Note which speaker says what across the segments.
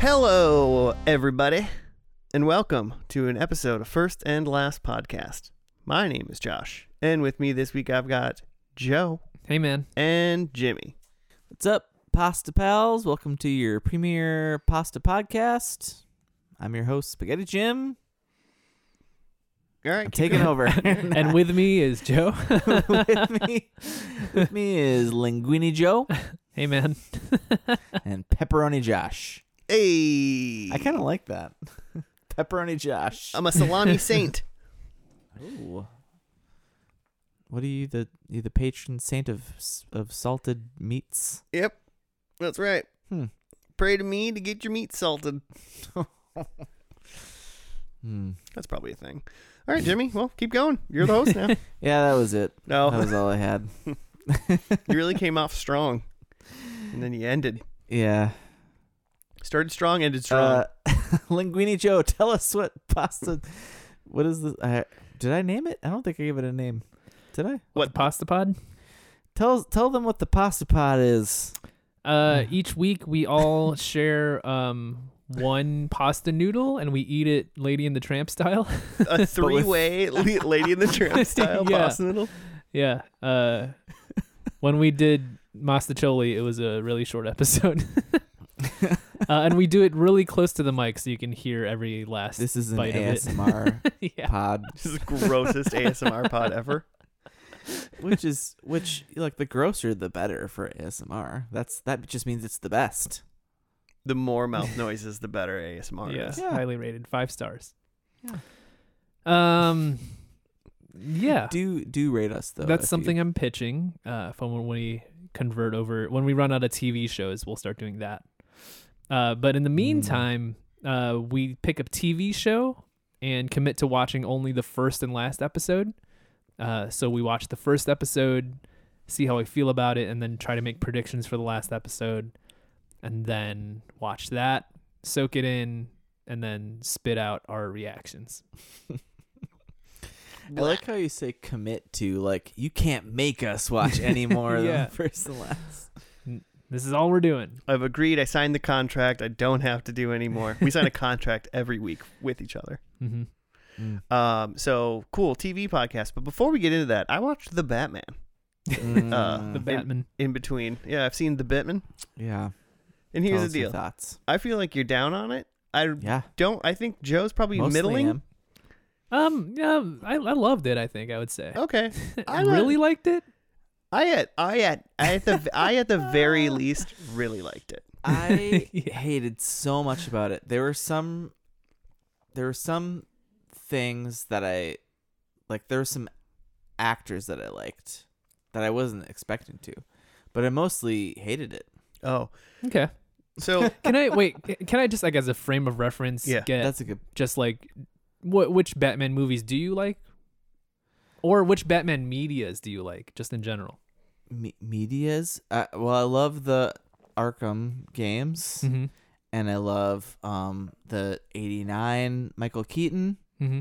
Speaker 1: Hello, everybody, and welcome to an episode of First and Last Podcast. My name is Josh, and with me this week I've got Joe
Speaker 2: Hey, man.
Speaker 1: and Jimmy.
Speaker 3: What's up, pasta pals? Welcome to your premier pasta podcast. I'm your host, Spaghetti Jim.
Speaker 1: All right,
Speaker 3: I'm taking over.
Speaker 2: and with me is Joe.
Speaker 3: with me, with me is Linguini Joe
Speaker 2: Hey, man.
Speaker 3: and Pepperoni Josh.
Speaker 1: hey,
Speaker 3: I kind of like that. Pepperoni Josh.
Speaker 1: I'm a salami saint.
Speaker 3: Ooh. What are you the you the patron saint of s- of salted meats?
Speaker 1: Yep, that's right.
Speaker 3: Hmm.
Speaker 1: Pray to me to get your meat salted.
Speaker 3: Hmm.
Speaker 1: That's probably a thing. All right, Jimmy. Well, keep going. You're the host now.
Speaker 3: Yeah, that was it. That
Speaker 1: No,
Speaker 3: was all I had.
Speaker 1: you really came off strong, and then you ended.
Speaker 3: Yeah.
Speaker 1: Started strong, ended strong.
Speaker 3: Uh, Linguini Joe, tell us what pasta. What is this? I, did I name it? I don't think I gave it a name. Did I?
Speaker 1: What-
Speaker 2: The Pasta Pod.
Speaker 3: Tell tell them what the pasta pot is.
Speaker 2: Uh, each week we all share um one pasta noodle and we eat it Lady in the Tramp style.
Speaker 1: a three-way la- Lady in the Tramp style
Speaker 2: Yeah.
Speaker 1: pasta noodle.
Speaker 2: yeah. Uh, when we did Mastacholi, it was a really short episode. uh, and we do it really close to the mic so you can hear every last.
Speaker 3: This is an
Speaker 2: Bite of it.
Speaker 3: ASMR
Speaker 2: yeah.
Speaker 3: pod,
Speaker 1: This is the grossest ASMR pod ever.
Speaker 3: which is which like the grosser the better for ASMR. That's that just means it's the best.
Speaker 1: The more mouth noises, the better ASMR
Speaker 2: Yeah,
Speaker 1: is.
Speaker 3: Yeah.
Speaker 2: Highly rated. Five stars.
Speaker 3: Yeah.
Speaker 2: Um. Yeah.
Speaker 3: Do do rate us though. if
Speaker 2: That's
Speaker 3: you-
Speaker 2: something I'm pitching. Uh, from when we convert over, when we run out of TV shows, we'll start doing that. Uh, but
Speaker 3: Hmm.
Speaker 2: in the meantime, uh, we pick a TV show and commit to watching only the first and last episode. Uh, so we watch the first episode, see how we feel about it, and then try to make predictions for the last episode, and then watch that, soak it in, and then spit out our reactions.
Speaker 3: I like how you say commit to like you can't make us watch any more
Speaker 2: Yeah.
Speaker 3: than first and last.
Speaker 2: This is all we're doing.
Speaker 1: I've agreed. I signed the contract. I don't have to do anymore. We sign a contract every week with each other.
Speaker 2: Mm-hmm.
Speaker 1: Um, so cool TV podcast. But before we get into that, I watched The Batman
Speaker 3: Mm.
Speaker 2: The
Speaker 1: Mm.
Speaker 2: Batman.
Speaker 1: in between. Yeah, I've seen The Batman.
Speaker 3: yeah.
Speaker 1: And here's
Speaker 3: Tell
Speaker 1: the
Speaker 3: us your
Speaker 1: deal.
Speaker 3: Thoughts.
Speaker 1: I feel like you're down on it. I
Speaker 3: Yeah.
Speaker 1: don't. I think Joe's probably
Speaker 3: mostly
Speaker 1: middling.
Speaker 3: am.
Speaker 2: Um, yeah, I, I loved it. I think I would say
Speaker 1: Okay.
Speaker 2: I
Speaker 1: I'm not-
Speaker 2: really liked it.
Speaker 1: I at I at I at the I at the very least really liked it.
Speaker 3: I
Speaker 2: Yeah.
Speaker 3: hated so much about it. There were some there were some things that I like there were some actors that I liked that I wasn't expecting to. But I mostly hated it.
Speaker 1: Oh,
Speaker 2: Okay.
Speaker 1: so
Speaker 2: Can I wait? Can I just like as a frame of reference
Speaker 1: Yeah,
Speaker 2: get
Speaker 3: That's a good
Speaker 2: just like what which Batman movies do you like, or which Batman media's do you like, just in general?
Speaker 3: me- medias. Uh, well, I love the Arkham games
Speaker 2: Mm-hmm.
Speaker 3: and I love um the 89 Michael Keaton.
Speaker 2: Mm-hmm.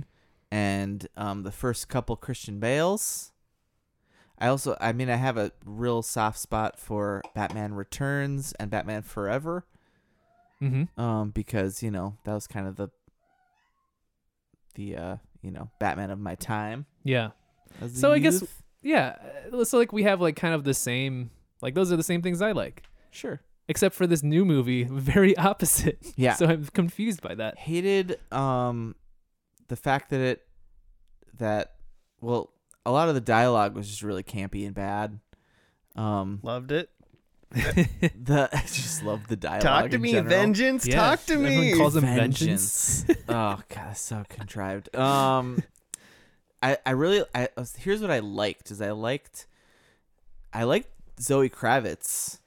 Speaker 3: and um, the first couple Christian Bales. I also, I mean, I have a real soft spot for Batman Returns and Batman Forever,
Speaker 2: Mm-hmm.
Speaker 3: um, because you know that was kind of the the uh, you know Batman of my time.
Speaker 2: Yeah.
Speaker 3: as a
Speaker 2: So I guess-
Speaker 3: youth.
Speaker 2: Yeah. uh, So like we have like kind of the same like those are the same things I like,
Speaker 3: sure,
Speaker 2: except for this new movie, very opposite.
Speaker 3: yeah.
Speaker 2: So I'm confused by that.
Speaker 3: hated um the fact that it that well a lot of the dialogue was just really campy and bad. Um,
Speaker 1: loved it.
Speaker 3: the I just loved the dialogue.
Speaker 1: Talk to
Speaker 3: in
Speaker 1: me,
Speaker 3: general.
Speaker 1: vengeance.
Speaker 2: Yeah,
Speaker 1: Talk to
Speaker 2: everyone
Speaker 1: me.
Speaker 2: calls- them vengeance.
Speaker 3: Vengeance. oh god, that's so contrived. Um, I I really I I was- here's what I liked is I liked I liked Zoe Kravitz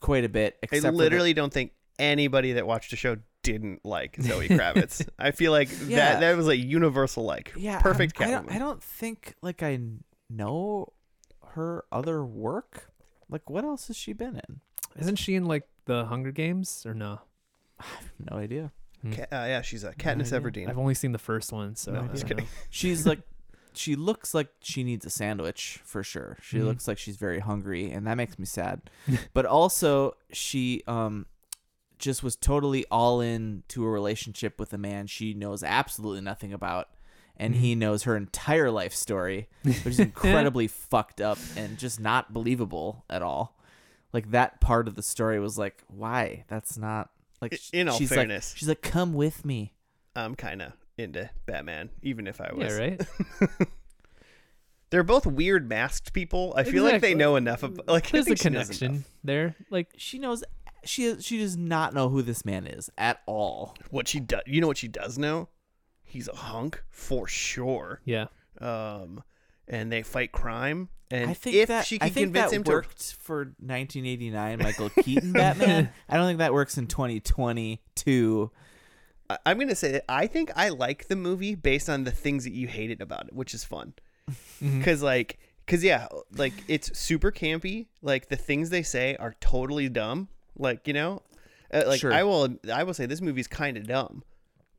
Speaker 3: quite a bit.
Speaker 1: I
Speaker 3: Except for the-
Speaker 1: literally don't think anybody that watched the show didn't like Zoe Kravitz. I feel like that
Speaker 3: Yeah.
Speaker 1: that was a universal like.
Speaker 3: yeah,
Speaker 1: perfect
Speaker 3: I, I don't
Speaker 1: Catwoman.
Speaker 3: I don't think like I know her other work. Like what else has she been in?
Speaker 2: Isn't she in like the Hunger Games or no?
Speaker 3: I have no idea.
Speaker 1: Ca- uh, yeah, she's a Katniss
Speaker 3: idea.
Speaker 1: Everdeen.
Speaker 2: I've only seen the first one, so
Speaker 1: No,
Speaker 2: I
Speaker 1: just
Speaker 2: don't
Speaker 1: kidding.
Speaker 2: know.
Speaker 3: She's like she looks like she needs a sandwich for sure. She
Speaker 2: Mhm.
Speaker 3: looks like she's very hungry and that makes me sad. but also she um just was totally all in to a relationship with a man she knows absolutely nothing about and he knows her entire life story which is incredibly fucked up and just not believable at all like that part of the story was like why that's not like
Speaker 1: I- in all
Speaker 3: she's
Speaker 1: fairness.
Speaker 3: like, she's like come with me
Speaker 1: I'm kind of into Batman, even if I was.
Speaker 2: Yeah, right.
Speaker 1: They're both weird masked people. I feel like they
Speaker 2: Exactly.
Speaker 1: know enough of like I
Speaker 2: There's a
Speaker 1: think she knows enough.
Speaker 2: connection there. Like
Speaker 3: she knows she she does not know who this man is at all
Speaker 1: What she does, you know what she does know? He's a hunk for sure.
Speaker 2: yeah.
Speaker 1: Um, and they fight crime. And
Speaker 3: I think
Speaker 1: if
Speaker 3: that
Speaker 1: she
Speaker 3: I
Speaker 1: can
Speaker 3: think
Speaker 1: convince
Speaker 3: that
Speaker 1: him to
Speaker 3: worked for 1989 Michael Keaton Batman. I don't think that works in 2022.
Speaker 1: I- I'm gonna say that I think I like the movie based on the things that you hated about it, which is fun.
Speaker 3: Mm-hmm.
Speaker 1: Cause like, cause yeah, like it's super campy. Like the things they say are totally dumb. Like you know, uh, like
Speaker 3: Sure.
Speaker 1: I will, I will say this movie's kind of dumb,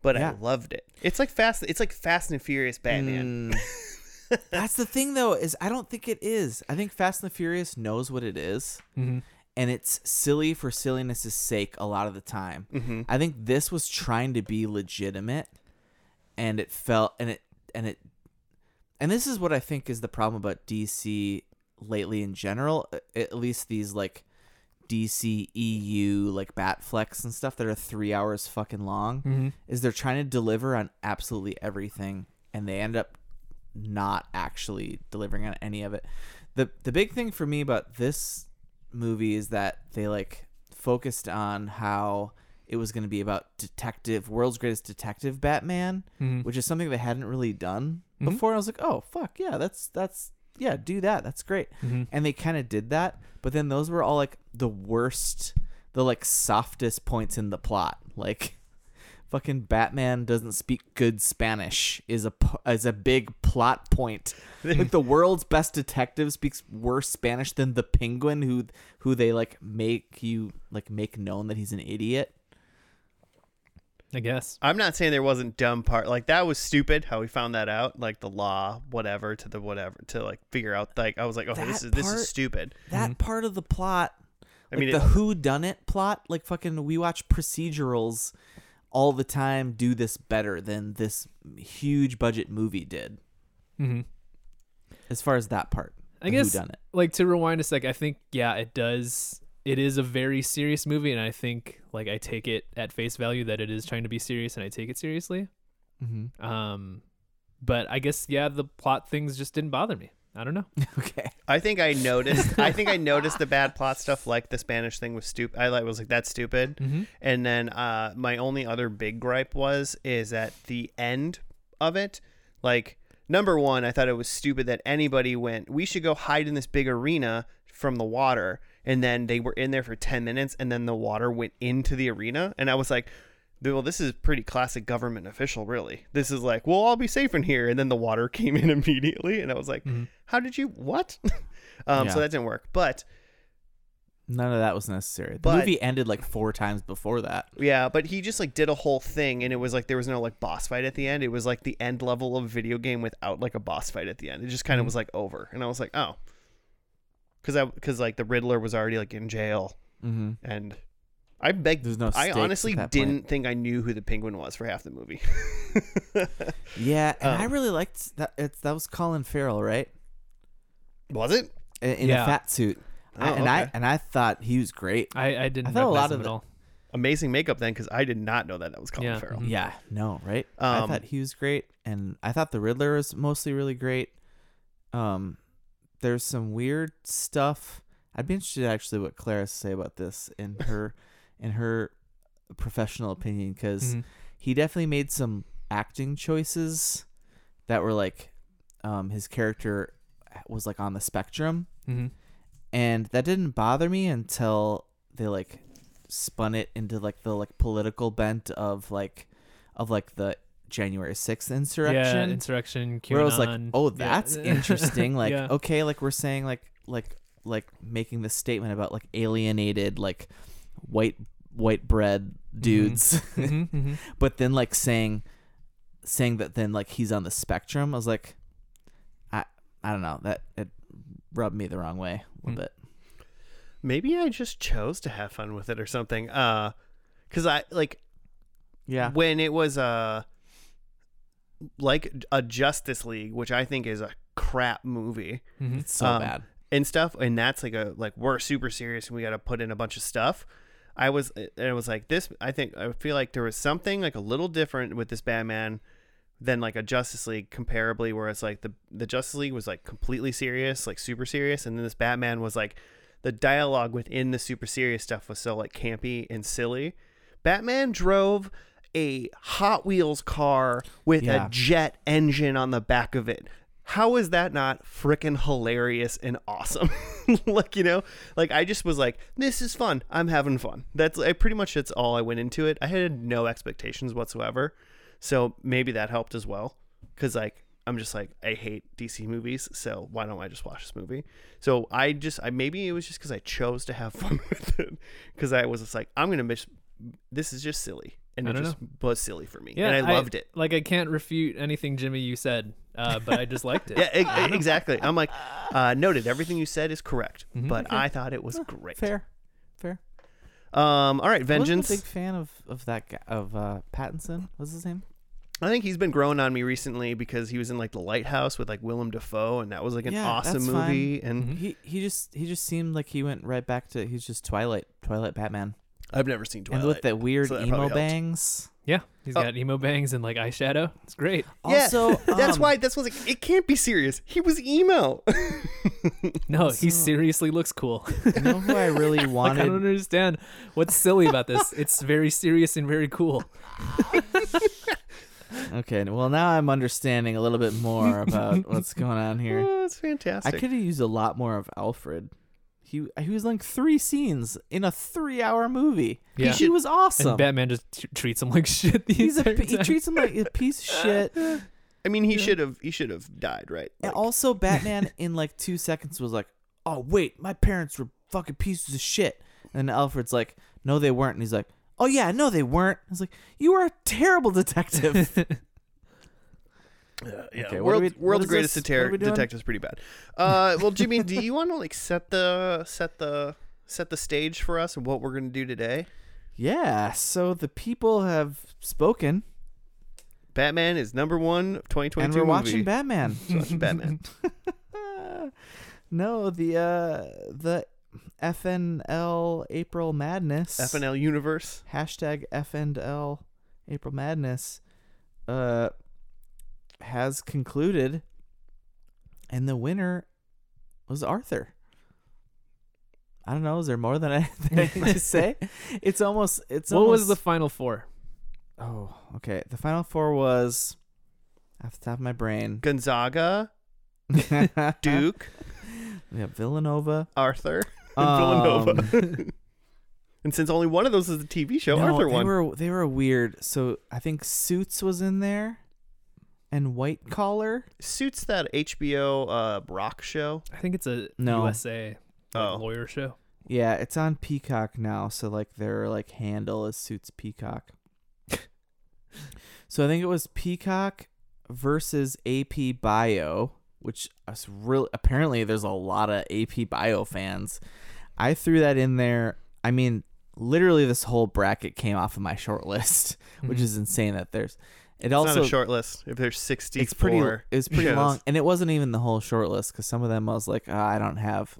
Speaker 1: but
Speaker 3: Yeah.
Speaker 1: I loved it. It's like fast, it's like Fast and Furious
Speaker 3: Mm.
Speaker 1: Batman.
Speaker 3: That's the thing though is I don't think it is. I think Fast and the Furious knows what it is, And it's silly for silliness' sake a lot of the time. I think this was trying to be legitimate and it felt and it and it and this is what I think is the problem about DC lately in general, a- at least these like DC EU like Batflex and stuff that are 3 hours fucking long
Speaker 1: Mm-hmm,
Speaker 3: is they're trying to deliver on absolutely everything and they end up not actually delivering on any of it. The the big thing for me about this movie is that they like focused on how it was going to be about detective world's greatest detective Batman,
Speaker 1: mm-hmm,
Speaker 3: which is something they hadn't really done before. I was like, "Oh, fuck, yeah, that's that's yeah, do that. That's great."
Speaker 1: mm-hmm.
Speaker 3: And they kind of did that, but then those were all like the worst the like softest points in the plot. Like fucking Batman doesn't speak good Spanish is a p- is a big plot point. like the world's best detective speaks worse Spanish than the Penguin, who who they like make you like make known that he's an idiot.
Speaker 2: I guess.
Speaker 1: I'm not saying there wasn't dumb part. Like that was stupid how we found that out. Like the law, whatever to the whatever to like figure out. Like I was like, oh,
Speaker 3: That
Speaker 1: this is this
Speaker 3: part-
Speaker 1: is stupid.
Speaker 3: That part of the plot,
Speaker 1: Mm-hmm. I
Speaker 3: like
Speaker 1: mean,
Speaker 3: the
Speaker 1: it-
Speaker 3: who done it plot, like fucking we watch procedurals all the time do this better than this huge budget movie did.
Speaker 1: Mm-hmm.
Speaker 2: hmm
Speaker 3: As far as that part,
Speaker 2: I guess-
Speaker 3: who done it.
Speaker 2: Like to rewind a sec. I think yeah, it does. It is a very serious movie, and I think like I take it at face value that it is trying to be serious, and I take it seriously.
Speaker 3: Mm-hmm.
Speaker 2: Um, but I guess yeah, the plot things just didn't bother me. I don't know.
Speaker 3: Okay.
Speaker 1: I think I noticed. I think I noticed the bad plot stuff, like the Spanish thing was stupid. I like was like that's stupid. And then uh, my only other big gripe was is at the end of it, like number one, I thought it was stupid that anybody went. We should go hide in this big arena from the water, and then they were in there for ten minutes, and then the water went into the arena, and I was like. Well, this is pretty classic government official, really. This is like, we'll all be safe in here, and then the water came in immediately, and I was like, "How did you? What?" um, So
Speaker 3: Yeah.
Speaker 1: that didn't work. But
Speaker 3: None of that was necessary. The
Speaker 1: But-
Speaker 3: movie ended like four times before that.
Speaker 1: Yeah, but he just like did a whole thing, and it was like there was no like boss fight at the end. It was like the end level of video game without like a boss fight at the end. It just
Speaker 3: Mm-hmm.
Speaker 1: kind of was like over, and I was like, oh, because I because like the Riddler was already like in jail,
Speaker 3: Mm-hmm.
Speaker 1: and I begged.
Speaker 3: There's no
Speaker 1: I
Speaker 3: stakes at
Speaker 1: honestly
Speaker 3: that point.
Speaker 1: didn't think I knew who the Penguin was for half the movie.
Speaker 3: Yeah, and I
Speaker 1: Um,
Speaker 3: really liked that. It's, that was Colin Farrell, right?
Speaker 1: was it?
Speaker 3: In, in
Speaker 2: Yeah.
Speaker 3: a fat suit, I,
Speaker 1: Oh,
Speaker 3: and I
Speaker 1: okay.
Speaker 3: and I thought he was great.
Speaker 2: I I didn't.
Speaker 3: I thought a
Speaker 2: recognize
Speaker 3: lot
Speaker 2: him
Speaker 3: of
Speaker 2: at
Speaker 3: the-
Speaker 2: all.
Speaker 1: Amazing makeup then, because I did not know that that was Colin
Speaker 2: Yeah.
Speaker 1: Farrell.
Speaker 2: Mhm.
Speaker 3: Yeah, Mm-hmm. no, right? I
Speaker 1: Um,
Speaker 3: thought he was great, and I thought the Riddler was mostly really great. Um, there's some weird stuff. I'd be interested actually what Clara has to say about this in her in her professional opinion because
Speaker 2: Mhm.
Speaker 3: he definitely made some acting choices that were like um, his character was like on the spectrum
Speaker 2: Mhm.
Speaker 3: and that didn't bother me until they like spun it into like the like political bent of like of like the January 6th insurrection
Speaker 2: Yeah, insurrection. QAnon.
Speaker 3: where I was like oh
Speaker 2: Yeah.
Speaker 3: that's interesting like
Speaker 2: Yeah.
Speaker 3: okay like we're saying like like like making this statement about like alienated like white white bread
Speaker 2: Mm-hmm.
Speaker 3: dudes
Speaker 2: Mhm, mhm.
Speaker 3: but then like saying saying that then like he's on the spectrum I was like I I don't know that it rubbed me the wrong
Speaker 2: Mm.
Speaker 3: way a little bit
Speaker 1: Maybe I just chose to have fun with it or something. Uh, because I like
Speaker 3: Yeah.
Speaker 1: when it was uh like a Justice League, which I think is a crap movie
Speaker 2: Mhm.
Speaker 3: It's so
Speaker 1: Um,
Speaker 3: bad.
Speaker 1: and stuff, and that's like a like we're super serious and we got to put in a bunch of stuff. I was and it was like this. I think I feel like there was something like a little different with this Batman than like a Justice League comparably, where it's like the the Justice League was like completely serious, like super serious, and then this Batman was like the dialogue within the super serious stuff was so like campy and silly. Batman drove a Hot Wheels car with
Speaker 3: Yeah.
Speaker 1: a jet engine on the back of it. How is that not freaking hilarious and awesome? like, you know, like I just was like, this is fun. I'm having fun. That's I pretty much that's all I went into it. I had no expectations whatsoever. So maybe that helped as well. Cause like I'm just like, I hate DC movies, so why don't I just watch this movie? So I just I maybe it was just because I chose to have fun with it. Cause I was just like, I'm gonna miss this is just silly. And
Speaker 2: I
Speaker 1: it
Speaker 2: don't
Speaker 1: just was silly for me. and I loved it.
Speaker 2: Like I can't refute anything Jimmy you said, uh, but I just liked it.
Speaker 1: Yeah, e- e- exactly. I'm like, uh, noted. Everything you said is correct, but I thought it was great.
Speaker 3: Mm-hmm, Fair. Fair.
Speaker 1: Um, all right,
Speaker 3: I was
Speaker 1: Vengeance.
Speaker 3: a big fan of, of that guy, of uh, Pattinson. What's his name?
Speaker 1: I think he's been growing on me recently because he was in like The Lighthouse with like Willem Dafoe, and that was like an
Speaker 3: Yeah,
Speaker 1: awesome
Speaker 3: that's fine. Mm-hmm.
Speaker 1: movie. And
Speaker 3: He he just he just seemed like he went right back to he's just Twilight Twilight Batman
Speaker 1: I've never seen Twilight.
Speaker 3: and with the weird
Speaker 1: so that probably
Speaker 3: emo
Speaker 1: helped.
Speaker 3: bangs.
Speaker 2: Yeah, he's
Speaker 1: Oh.
Speaker 2: got emo bangs and like eyeshadow. It's great.
Speaker 3: Also,
Speaker 1: yeah, that's
Speaker 3: um,
Speaker 1: why this was like it can't be serious. He was emo.
Speaker 2: No, he
Speaker 3: So-
Speaker 2: seriously looks cool.
Speaker 3: You know who I really
Speaker 2: Like, I
Speaker 3: wanted?
Speaker 2: don't understand what's silly about this. It's very serious and very cool.
Speaker 3: okay, well now I'm understanding a little bit more about what's going on here.
Speaker 1: oh, that's
Speaker 3: I
Speaker 1: fantastic.
Speaker 3: could have used a lot more of Alfred. He he was like three scenes in a three hour movie.
Speaker 2: Yeah.
Speaker 3: He was awesome.
Speaker 2: And Batman just t- treats him like shit. The
Speaker 3: He's a
Speaker 2: entire
Speaker 3: he
Speaker 2: time.
Speaker 3: treats him like a piece of shit.
Speaker 1: I mean, he should have. He should have died, right?
Speaker 3: And
Speaker 1: Like,
Speaker 3: also, Batman in like two seconds was like, "Oh wait, my parents were fucking pieces of shit." And Alfred's like, "No, they weren't." And he's like, "Oh yeah, no, they weren't." I was like, "You are a terrible detective."
Speaker 1: uh, yeah.
Speaker 3: Okay, what
Speaker 1: world,
Speaker 3: are we- what
Speaker 1: world's
Speaker 3: is
Speaker 1: greatest
Speaker 3: this? What are we
Speaker 1: detective
Speaker 3: doing?
Speaker 1: detective's pretty bad. Uh, well, Jimmy, do you want to like set the set the set the stage for us and what we're gonna do today?
Speaker 3: yeah. So the people have spoken,
Speaker 1: Batman is number one of 2022
Speaker 3: and we're watching
Speaker 1: movie.
Speaker 3: Batman.
Speaker 1: Just watching Batman.
Speaker 3: no, the uh the FNL April Madness.
Speaker 1: FNL universe.
Speaker 3: hashtag FNL April Madness uh, has concluded, and the winner was Arthur. I don't know. Is there more than I, than I can say? It's almost. It's
Speaker 2: what was the
Speaker 3: almost-
Speaker 2: final four?
Speaker 3: oh, okay. The final four was off the top of my brain.
Speaker 1: Gonzaga, Duke,
Speaker 3: Yeah, Villanova.
Speaker 1: Arthur, and
Speaker 3: Um,
Speaker 1: Villanova. and since only one of those is a TV show,
Speaker 3: no,
Speaker 1: Arthur
Speaker 3: they
Speaker 1: won.
Speaker 3: were they were weird. So I think Suits was in there, and White Collar.
Speaker 1: Suits that HBO uh, rock show.
Speaker 2: I think it's a
Speaker 3: No.
Speaker 2: USA like,
Speaker 1: Oh.
Speaker 2: lawyer show.
Speaker 3: Yeah, it's on Peacock now, so like their like handle is suits Peacock. so I think it was Peacock versus AP Bio, which is real apparently there's a lot of AP Bio fans. I threw that in there. I mean, literally this whole bracket came off of my short list, which
Speaker 2: Mhm.
Speaker 3: is insane that there's
Speaker 1: Mm-hmm.
Speaker 3: it
Speaker 1: It's not
Speaker 3: also
Speaker 1: a short list. If there's 64
Speaker 3: it's pretty it was pretty
Speaker 1: shows.
Speaker 3: long and it wasn't even the whole short list because some of them i was like "Ah, i don't have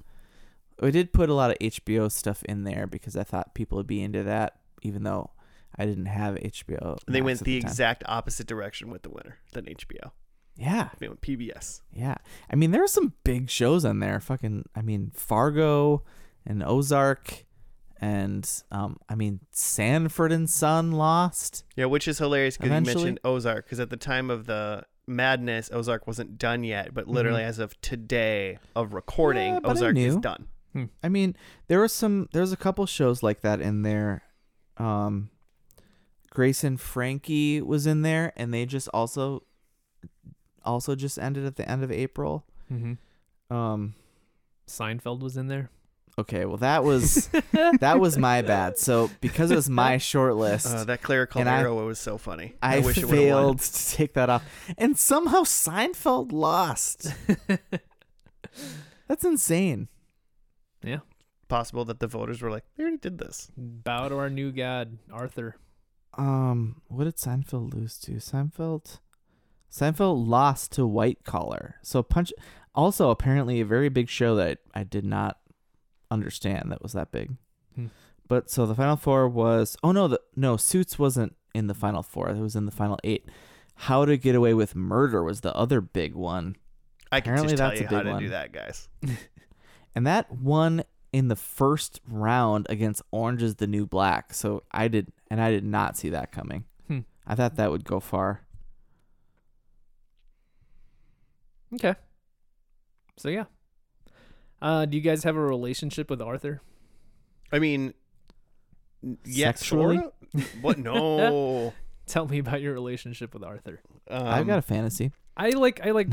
Speaker 3: we did put a lot of hbo stuff in there because i thought people would be into that even though i didn't have hbo
Speaker 1: They
Speaker 3: Max
Speaker 1: went
Speaker 3: at
Speaker 1: the
Speaker 3: time.
Speaker 1: exact opposite direction with the winner than HBO.
Speaker 3: yeah
Speaker 1: They went PBS.
Speaker 3: yeah i mean there are some big shows on there fucking i mean fargo and ozark and um i mean sanford and son lost
Speaker 1: Yeah, which is hilarious because you
Speaker 3: Eventually-
Speaker 1: mentioned Ozark because at the time of the madness, Ozark wasn't done yet. But literally, as of today of recording,
Speaker 3: Mm-hmm. Yeah, but I
Speaker 1: Ozark is
Speaker 3: knew.
Speaker 1: done.
Speaker 3: I mean, there was some there's a couple shows like that in there. Um Grace and Frankie was in there and they just also also just ended at the end of April.
Speaker 2: Mm-hmm.
Speaker 3: Um
Speaker 2: Seinfeld was in there.
Speaker 3: okay, well that was that was my bad. So because it was my short list,
Speaker 1: Uh, that Clara
Speaker 3: And I-
Speaker 1: Calero was so funny.
Speaker 3: I,
Speaker 1: wish it would've won.
Speaker 3: failed to take that off. And somehow Seinfeld lost. That's insane.
Speaker 2: Yeah.
Speaker 1: possible that the voters were like, "We already did this."
Speaker 2: Bow to our new god, Arthur.
Speaker 3: Um, what did Seinfeld lose to? Seinfeld, Seinfeld lost to White Collar. So Punch, also apparently a very big show that I, I did not understand that was that big.
Speaker 2: Hmm.
Speaker 3: But so the final four was oh no the no Suits wasn't in the final four. It was in the final eight. How to Get Away with Murder was the other big one,
Speaker 1: I can
Speaker 3: Apparently
Speaker 1: just tell
Speaker 3: that's a
Speaker 1: you how
Speaker 3: big
Speaker 1: to
Speaker 3: one.
Speaker 1: do that, guys.
Speaker 3: and that won in the first round against Orange Is the New Black. So I did and I did not see that coming.
Speaker 2: Hmm.
Speaker 3: I thought that would go far.
Speaker 2: Okay. So yeah. Uh, do you guys have a relationship with Arthur?
Speaker 1: I mean, n- yes,
Speaker 3: Sexually?
Speaker 1: sorta. What? No.
Speaker 2: Tell me about your relationship with Arthur.
Speaker 1: Um,
Speaker 3: I've got a fantasy.
Speaker 2: I like I like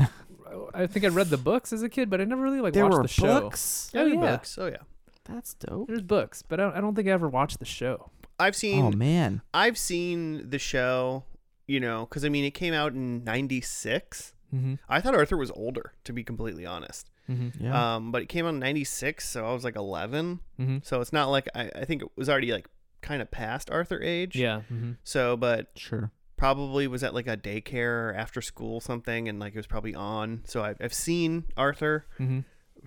Speaker 2: I think I read the books as a kid, but I never really like
Speaker 3: there
Speaker 2: watched
Speaker 3: were
Speaker 2: the show.
Speaker 3: books.
Speaker 2: Oh,
Speaker 1: few
Speaker 2: yeah.
Speaker 1: books. Oh yeah.
Speaker 3: That's dope.
Speaker 2: There's books, but I don't, I don't think I ever watched the show.
Speaker 1: I've seen
Speaker 3: Oh man,
Speaker 1: I've seen the show, you know, because I mean, it came out in '96.
Speaker 2: Mm-hmm.
Speaker 1: I thought Arthur was older, to be completely honest.
Speaker 2: Mm-hmm.
Speaker 3: yeah.
Speaker 1: Um, but it came out in '96, so I was like 11.
Speaker 2: Mm-hmm.
Speaker 1: So it's not like I, I think it was already like kind of past Arthur age.
Speaker 2: Yeah. Mm-hmm.
Speaker 1: So, but
Speaker 3: sure.
Speaker 1: probably was at like a daycare or after school something, and like it was probably on. So I've, I've seen Arthur
Speaker 2: Mm-hmm.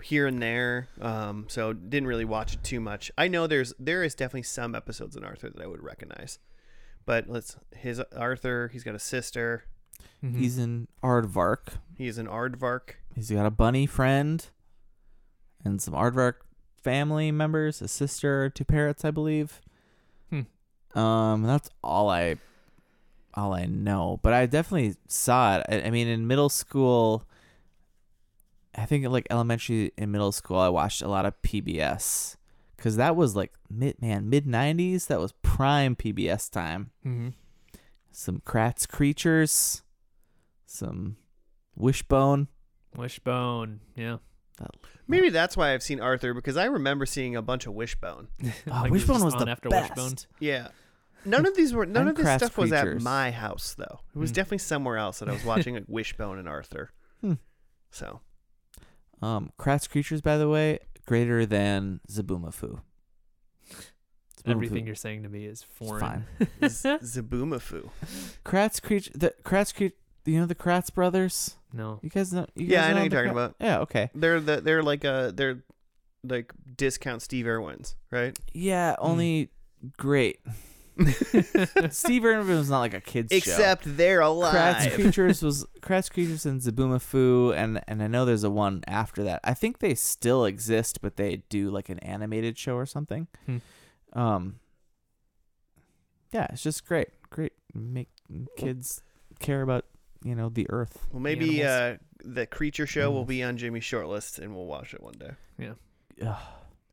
Speaker 1: here and there. Um, so didn't really watch it too much. I know there's there is definitely some episodes in Arthur that I would recognize, but let's his Arthur. He's got a sister.
Speaker 2: Mm-hmm.
Speaker 3: He's an aardvark.
Speaker 1: He's an aardvark.
Speaker 3: He's got a bunny friend, and some aardvark family members, a sister, two parrots, I believe. Um, that's all I, all I know. But I definitely saw it. I, I mean, in middle school, I think like elementary and middle school, I watched a lot of PBS because that was like mid man mid nineties. That was prime PBS time.
Speaker 2: Mm-hmm.
Speaker 3: Some Kratz creatures, some Wishbone.
Speaker 2: Wishbone. Yeah.
Speaker 1: Maybe that's why I've seen Arthur because I remember seeing a bunch of Wishbone.
Speaker 3: Oh,
Speaker 2: Like, it was
Speaker 3: Wishbone
Speaker 2: just
Speaker 3: was
Speaker 2: on
Speaker 3: the
Speaker 2: after
Speaker 3: best.
Speaker 2: Wishbone.
Speaker 1: Yeah. None of these were none
Speaker 3: And
Speaker 1: of this
Speaker 3: Crass
Speaker 1: stuff was at
Speaker 3: Creatures.
Speaker 1: my house though. It was
Speaker 2: Mm.
Speaker 1: definitely somewhere else that I was watching like Wishbone and Arthur.
Speaker 3: Hmm.
Speaker 1: So
Speaker 3: Um, Kratz creatures, by the way, greater than Zabumafu.
Speaker 2: Everything
Speaker 3: Zabumafu
Speaker 2: you're saying to me is
Speaker 3: is
Speaker 2: foreign.
Speaker 3: fine.
Speaker 1: Z- Zaboomafoo.
Speaker 3: Kratz creature, the Kratz creature. You know the Kratz brothers.
Speaker 2: No.
Speaker 3: You guys know. You
Speaker 1: Yeah,
Speaker 3: guys
Speaker 1: I know
Speaker 3: the
Speaker 1: you're talking
Speaker 3: Kra-
Speaker 1: about.
Speaker 3: Yeah. Okay.
Speaker 1: They're the they're like uh they're like discount Steve Irwin's, right?
Speaker 3: Yeah. Only
Speaker 1: Hmm.
Speaker 3: great. Steve Irwin was not like a kids
Speaker 1: Except they're
Speaker 3: show. Kratz
Speaker 1: alive.
Speaker 3: creatures was Kratz creatures and Zabumafu, and and I know there's a one after that. I think they still exist, but they do like an animated show or something.
Speaker 2: Hmm.
Speaker 3: Um. Yeah, it's just great. Great, make kids care about you know the earth.
Speaker 1: Well maybe
Speaker 2: The
Speaker 1: uh the creature show will be on Jimmy's shortlist and we'll watch it one day.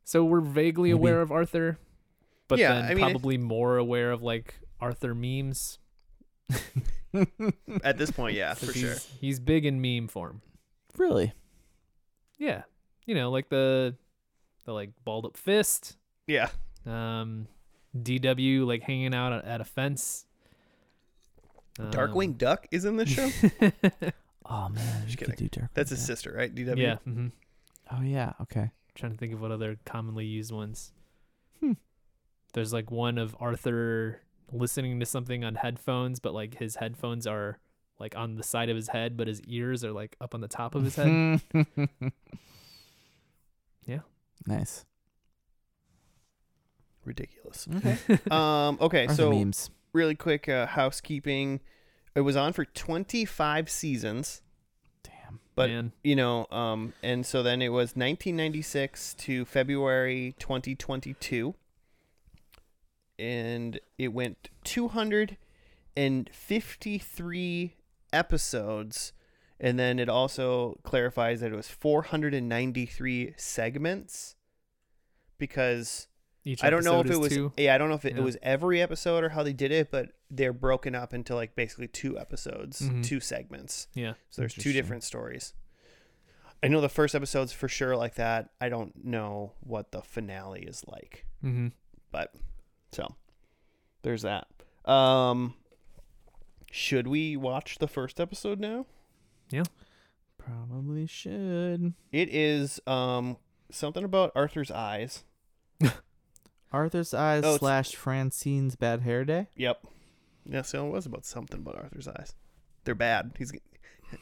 Speaker 2: So we're vaguely
Speaker 3: Maybe.
Speaker 2: aware of Arthur, but
Speaker 1: Yeah,
Speaker 2: then
Speaker 1: I mean, I-
Speaker 2: probably more aware of like Arthur memes.
Speaker 1: At this point, yeah,
Speaker 2: 'cause
Speaker 1: for sure.
Speaker 2: he's, He's big in meme form.
Speaker 3: really,
Speaker 2: Yeah. You know, like the the like balled up fist.
Speaker 1: Yeah.
Speaker 2: Um DW like hanging out at, at a fence. Um,
Speaker 1: Darkwing Duck is in this show?
Speaker 3: oh man,
Speaker 1: Just
Speaker 3: you could do Dark.
Speaker 1: That's
Speaker 3: Wing
Speaker 1: his
Speaker 3: Duck.
Speaker 1: sister, right? DW.
Speaker 2: yeah. hmm
Speaker 3: Oh yeah, okay.
Speaker 2: Trying to think of what other commonly used ones.
Speaker 3: Hmm.
Speaker 2: There's like one of Arthur listening to something on headphones, but like his headphones are like on the side of his head, but his ears are like up on the top of his head. Yeah.
Speaker 3: Nice.
Speaker 1: Ridiculous.
Speaker 3: Okay.
Speaker 1: Um okay,
Speaker 3: Arthur
Speaker 1: so
Speaker 3: memes.
Speaker 1: really quick uh, housekeeping. It was on for 25 seasons,
Speaker 3: Damn.
Speaker 1: but
Speaker 2: Man.
Speaker 1: you know, um, and so then it was 1996 to February 2022, and it went 253 episodes, and then it also clarifies that it was 493 segments because
Speaker 2: Each
Speaker 1: I don't know
Speaker 2: episode
Speaker 1: if it
Speaker 2: is
Speaker 1: was
Speaker 2: two.
Speaker 1: yeah, I don't know if it,
Speaker 2: Yeah.
Speaker 1: it was every episode or how they did it, but they're broken up into like basically two episodes,
Speaker 2: Mhm.
Speaker 1: two segments.
Speaker 2: Yeah.
Speaker 1: So there's two
Speaker 3: Interesting.
Speaker 1: different stories. I know the first episode's for sure like that. I don't know what the finale is like.
Speaker 2: Mm-hmm.
Speaker 1: So there's that. Um should we watch the first episode now?
Speaker 3: Probably should.
Speaker 1: It is um something about Arthur's eyes.
Speaker 3: Arthur's Eyes
Speaker 1: Oh, it's-
Speaker 3: slash Francine's Bad Hair Day.
Speaker 1: Yep. Yeah, so it was about something about Arthur's eyes. They're bad. He's get-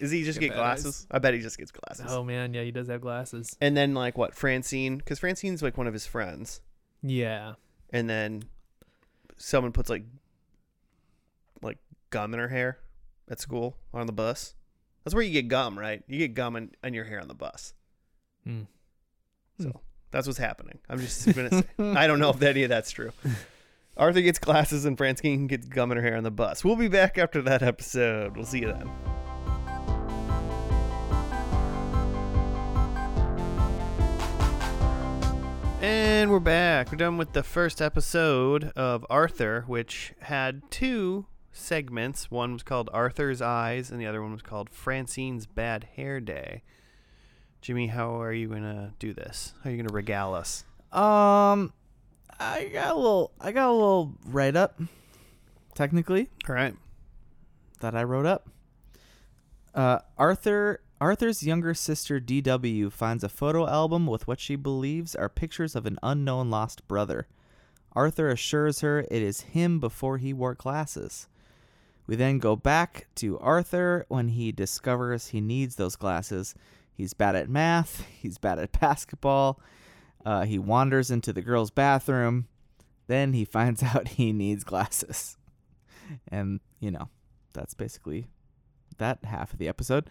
Speaker 1: is he just
Speaker 2: Get
Speaker 1: get
Speaker 2: bad eyes?
Speaker 1: glasses? I bet he just gets glasses.
Speaker 2: Oh man, yeah, he does have glasses.
Speaker 1: And then like what Francine? Because Francine's like one of his friends,
Speaker 2: Yeah.
Speaker 1: and then someone puts like like gum in her hair at school on the bus. That's where you get gum, right? You get gum in, in your hair on the bus.
Speaker 2: Hmm.
Speaker 1: That's what's happening. I'm just gonna say. I don't know if any of that's true. Arthur gets glasses and Francine gets gum in her hair on the bus. We'll be back after that episode. We'll see you then. And we're back. We're done with the first episode of Arthur, which had two segments. One was called Arthur's Eyes, and the other one was called Francine's Bad Hair Day. Jimmy, how are you going to do this? How are you going to regale us?
Speaker 3: Um, I got a little, I got a little write up, technically
Speaker 1: All right.
Speaker 3: that I wrote up. Uh, Arthur Arthur's younger sister D.W. finds a photo album with what she believes are pictures of an unknown lost brother. Arthur assures her it is him before he wore glasses. We then go back to Arthur when he discovers he needs those glasses. He's bad at math. He's bad at basketball. Uh, he wanders into the girls' bathroom. Then he finds out he needs glasses. And, you know, that's basically that half of the episode.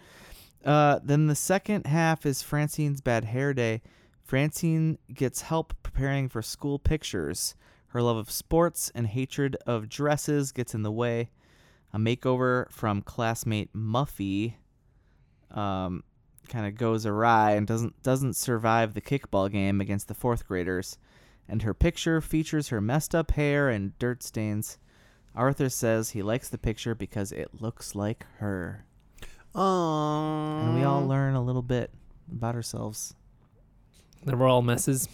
Speaker 3: Uh, then the second half is Francine's bad hair day. Francine gets help preparing for school pictures. Her love of sports and hatred of dresses gets in the way. A makeover from classmate Muffy um, kind of goes awry and doesn't doesn't survive the kickball game against the fourth graders. And her picture features her messed up hair and dirt stains. Arthur says he likes the picture because it looks like her.
Speaker 1: Um,
Speaker 3: And we
Speaker 2: Mm.
Speaker 3: all learn a little bit about ourselves.
Speaker 2: Then we're all messes.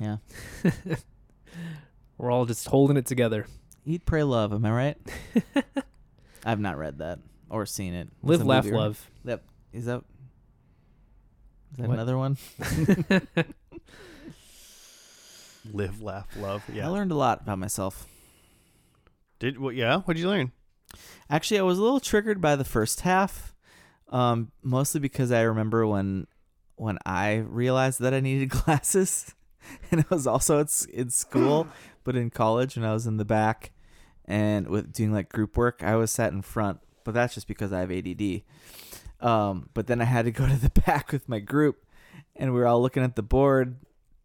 Speaker 3: Yeah.
Speaker 2: We're all just holding it together.
Speaker 3: Eat, pray, love. Am I right? I've not read that or seen it. It's
Speaker 2: Live,
Speaker 3: a
Speaker 2: laugh,
Speaker 3: movie, right?
Speaker 2: love.
Speaker 3: Yep. Is that is that
Speaker 2: What?
Speaker 3: another one?
Speaker 1: live, laugh, love.
Speaker 3: I learned a lot about myself.
Speaker 1: Did what? Yeah. What'd you learn?
Speaker 3: Actually, I was a little triggered by the first half, um, mostly because I remember when when I realized that I needed glasses, and it was also at, s- in school, but in college when I was in the back and with doing like group work, I was sat in front. But that's just because I have ADD. Um, but then I had to go to the back with my group, and we were all looking at the board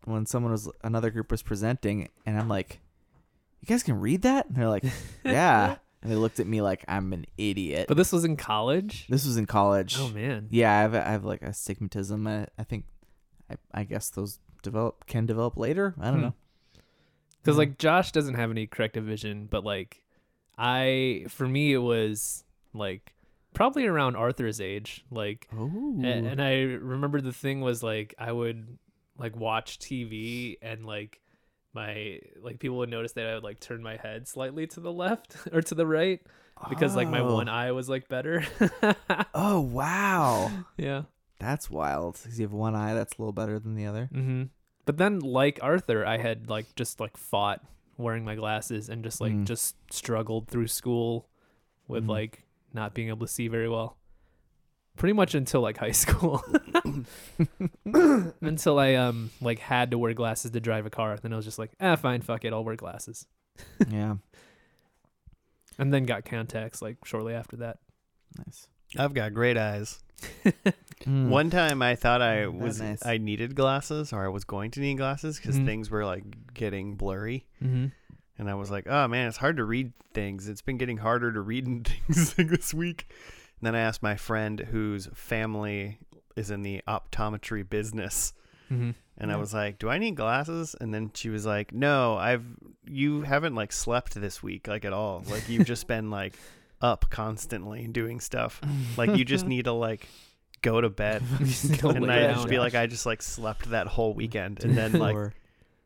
Speaker 3: when someone was another group was presenting, and I'm like, "You guys can read that?" And they're like, "Yeah." And they looked at me like I'm an idiot.
Speaker 2: But this was in college.
Speaker 3: this was in college.
Speaker 2: Oh man.
Speaker 3: yeah, I have, I have like astigmatism. I, I think, I, I guess those develop can develop later. I don't
Speaker 2: Hmm.
Speaker 3: know.
Speaker 2: Because
Speaker 3: Yeah.
Speaker 2: like Josh doesn't have any corrective vision, but like I, for me, it was like probably around Arthur's age. Like,
Speaker 3: Oh,
Speaker 2: a- and I remember the thing was like I would like watch TV and like my like people would notice that I would like turn my head slightly to the left or to the right because like my one eye was like better.
Speaker 3: Oh wow,
Speaker 2: yeah.
Speaker 3: that's wild. 'Cause you have one eye that's a little better than the other.
Speaker 2: Mm-hmm. But then, like Arthur, I had like just like fought wearing my glasses and just like
Speaker 3: Mm.
Speaker 2: just struggled through school with
Speaker 1: Mm-hmm.
Speaker 3: Mhm.
Speaker 2: like not being able to see very well, pretty much until like high school. until I um like had to wear glasses to drive a car. Then I was just like, ah, fine, fuck it, I'll wear glasses.
Speaker 3: yeah,
Speaker 2: And then got contacts like shortly after that.
Speaker 3: nice.
Speaker 1: I've got great eyes.
Speaker 2: Mm-hmm.
Speaker 3: Mm.
Speaker 1: One time I thought I
Speaker 3: That
Speaker 1: was
Speaker 3: nice.
Speaker 1: I needed glasses or I was going to need glasses because
Speaker 3: Hmm.
Speaker 2: Mhm.
Speaker 1: things were like getting blurry.
Speaker 2: Mm-hmm.
Speaker 1: And I was like, oh man, it's hard to read things. It's been getting harder to read in things this week. And then I asked my friend whose family is in the optometry business.
Speaker 2: Mm-hmm.
Speaker 1: And I
Speaker 3: Yeah.
Speaker 1: was like, "Do I need glasses?" And then she was like, "No, I've you haven't like slept this week like at all. Like you've just been like up constantly and doing stuff. Like you just need to like go to bed." And I
Speaker 2: down.
Speaker 1: just be like, "I just like slept that whole weekend."
Speaker 3: Hmm.
Speaker 1: And then like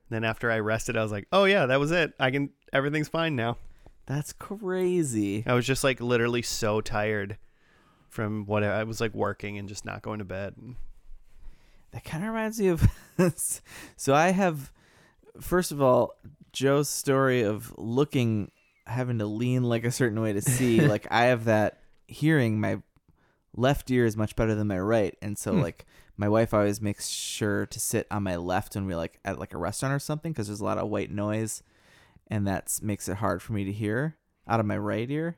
Speaker 1: then after I rested, I was like, "Oh yeah, that was it. I can everything's fine now."
Speaker 3: that's crazy.
Speaker 1: I was just like literally so tired from what I I was like working and just not going to bed.
Speaker 3: That kind of reminds me of. so I have first of all, Joe's story of looking, having to lean like a certain way to see, like I have that hearing. My left ear is much better than my right, and so
Speaker 2: Hmm.
Speaker 3: like my wife always makes sure to sit on my left when we like at like a restaurant or something because there's a lot of white noise, and that makes it hard for me to hear out of my right ear.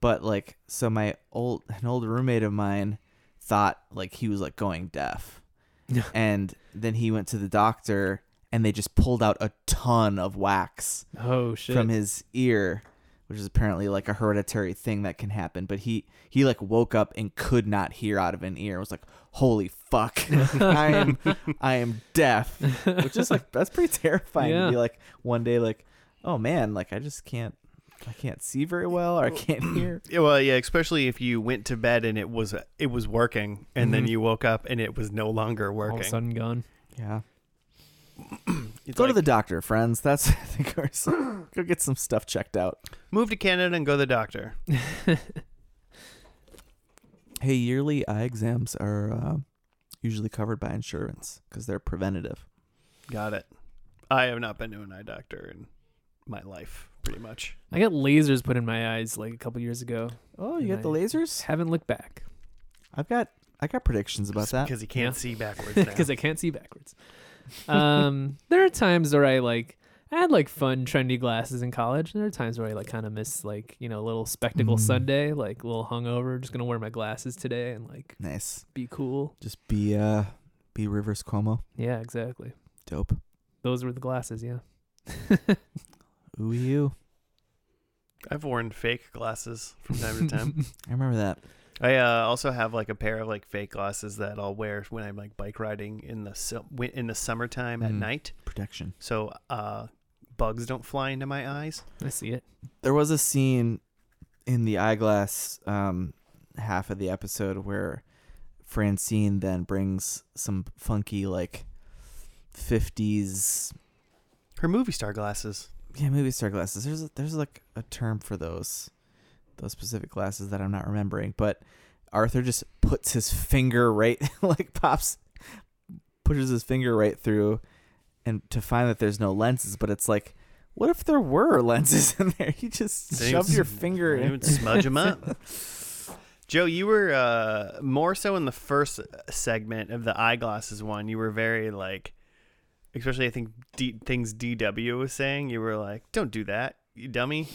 Speaker 3: But like, so my old an old roommate of mine thought like he was like going deaf. and then he went to the doctor and they just pulled out a ton of wax
Speaker 2: Oh shit.
Speaker 3: from his ear which is apparently like a hereditary thing that can happen but he he like woke up and could not hear out of an ear was like holy fuck i am i am deaf which is like that's pretty terrifying
Speaker 2: Yeah.
Speaker 3: to be like one day like oh man like i just can't i can't see very well or i can't hear
Speaker 1: Yeah, well, yeah, especially if you went to bed and it was it was working, and then
Speaker 3: Mm-hmm.
Speaker 1: you woke up and it was no longer
Speaker 2: All of a
Speaker 1: working.
Speaker 2: sudden gone.
Speaker 3: yeah
Speaker 1: It's
Speaker 3: go to
Speaker 1: like,
Speaker 3: the doctor friends that's i think ours go get some stuff checked out
Speaker 1: move to Canada and go to the doctor.
Speaker 3: Hey, yearly eye exams are uh, usually covered by insurance because they're preventative.
Speaker 1: Got it. I have not been to an eye doctor in my life, pretty much.
Speaker 2: I got lasers put in my eyes like a couple years ago.
Speaker 3: Oh, you got the
Speaker 2: Nice.
Speaker 3: lasers?
Speaker 2: Haven't looked back
Speaker 3: I've got I got predictions about that.
Speaker 1: because he can't
Speaker 2: Yeah.
Speaker 1: see backwards now.
Speaker 2: because I can't see backwards. Um, there are times where I like I had like fun trendy glasses in college. And there are times where I like kind of miss like you know a little spectacle
Speaker 3: Mm.
Speaker 2: Sunday, like a little hungover. Just gonna wear my glasses today and like
Speaker 3: Nice.
Speaker 2: be cool.
Speaker 3: Just be uh be Rivers Cuomo.
Speaker 2: Yeah, exactly.
Speaker 3: Dope.
Speaker 2: Those were the glasses. Yeah.
Speaker 3: Ooh you.
Speaker 1: I've worn fake glasses from time to time.
Speaker 3: I remember that.
Speaker 1: I uh, also have like a pair of like fake glasses that I'll wear when I'm like bike riding in the su- wi- in the summertime at
Speaker 3: Mm.
Speaker 1: night,
Speaker 3: Protection.
Speaker 1: so uh, bugs don't fly into my eyes.
Speaker 2: I see it.
Speaker 3: There was a scene in the eyeglass um half of the episode where Francine then brings some funky like 50s
Speaker 1: Her movie star glasses.
Speaker 3: Yeah, movie star glasses. There's a, there's like a term for those those specific glasses that I'm not remembering, but Arthur just puts his finger right like pops pushes his finger right through and to find that there's no lenses, but it's like what if there were lenses in there? You just
Speaker 1: They
Speaker 3: shoved
Speaker 1: would-
Speaker 3: your finger
Speaker 1: You
Speaker 3: in.
Speaker 1: would smudge them up. Joe, you were uh, more so in the first segment of the eyeglasses one. You were very like, especially I think D- things DW was saying. You were like, "Don't do that, you dummy."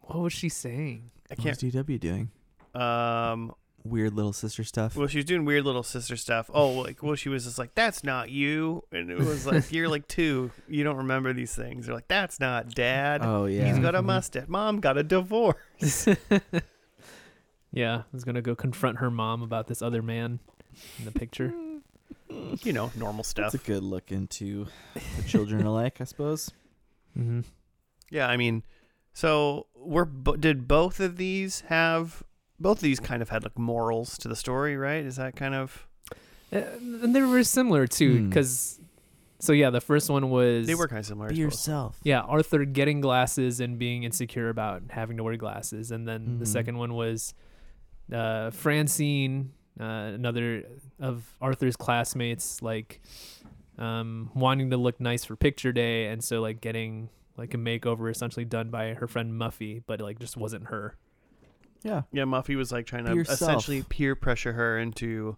Speaker 2: What was she saying?
Speaker 1: I
Speaker 3: What was
Speaker 1: can't.
Speaker 3: DW doing?
Speaker 1: Um,
Speaker 3: Weird little sister stuff.
Speaker 1: Well, she was doing weird little sister stuff. Oh, like well, she was just like, "That's not you," and it was like, "You're like two. You don't remember these things." They're like, "That's not dad.
Speaker 3: Oh yeah.
Speaker 1: He's got a
Speaker 2: Mhm.
Speaker 1: mustache. Mom got a divorce."
Speaker 2: yeah, I was gonna go confront her mom about this other man in the picture.
Speaker 1: You know, normal
Speaker 3: That's
Speaker 1: stuff.
Speaker 3: a good look into the children alike, I suppose.
Speaker 2: mm-hmm.
Speaker 1: yeah, I mean, so we're bo- did both of these have both of these kind of had like morals to the story, right? Is that kind of
Speaker 2: Uh, and they were similar too,
Speaker 3: Hmm.
Speaker 2: because so yeah, the first one was
Speaker 1: they were kind of similar. I
Speaker 3: Be
Speaker 1: suppose.
Speaker 3: yourself.
Speaker 2: yeah Arthur getting glasses and being insecure about having to wear glasses, and then the
Speaker 3: Mhm.
Speaker 2: second one was uh, Francine, uh, another of Arthur's classmates, like um, wanting to look nice for picture day, and so like getting like a makeover essentially done by her friend Muffy, but like just wasn't her.
Speaker 3: Yeah.
Speaker 1: Yeah, Muffy was like trying
Speaker 3: Be
Speaker 1: to
Speaker 3: yourself.
Speaker 1: essentially peer pressure her into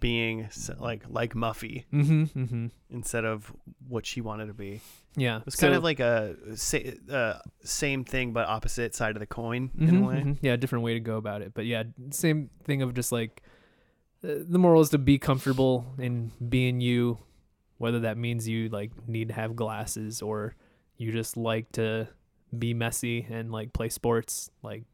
Speaker 1: being s- like like Muffy
Speaker 2: Mm-hmm. Mm-hmm.
Speaker 1: instead of what she wanted to be.
Speaker 2: Yeah,
Speaker 1: It's kind
Speaker 2: so-
Speaker 1: of like a sa- uh, same thing but opposite side of the coin in
Speaker 2: Mhm,
Speaker 1: a way.
Speaker 2: mhm. Yeah, different way to go about it. But yeah, same thing of just like uh, the moral is to be comfortable in being you, whether that means you like need to have glasses or you just like to be messy and like play sports. Like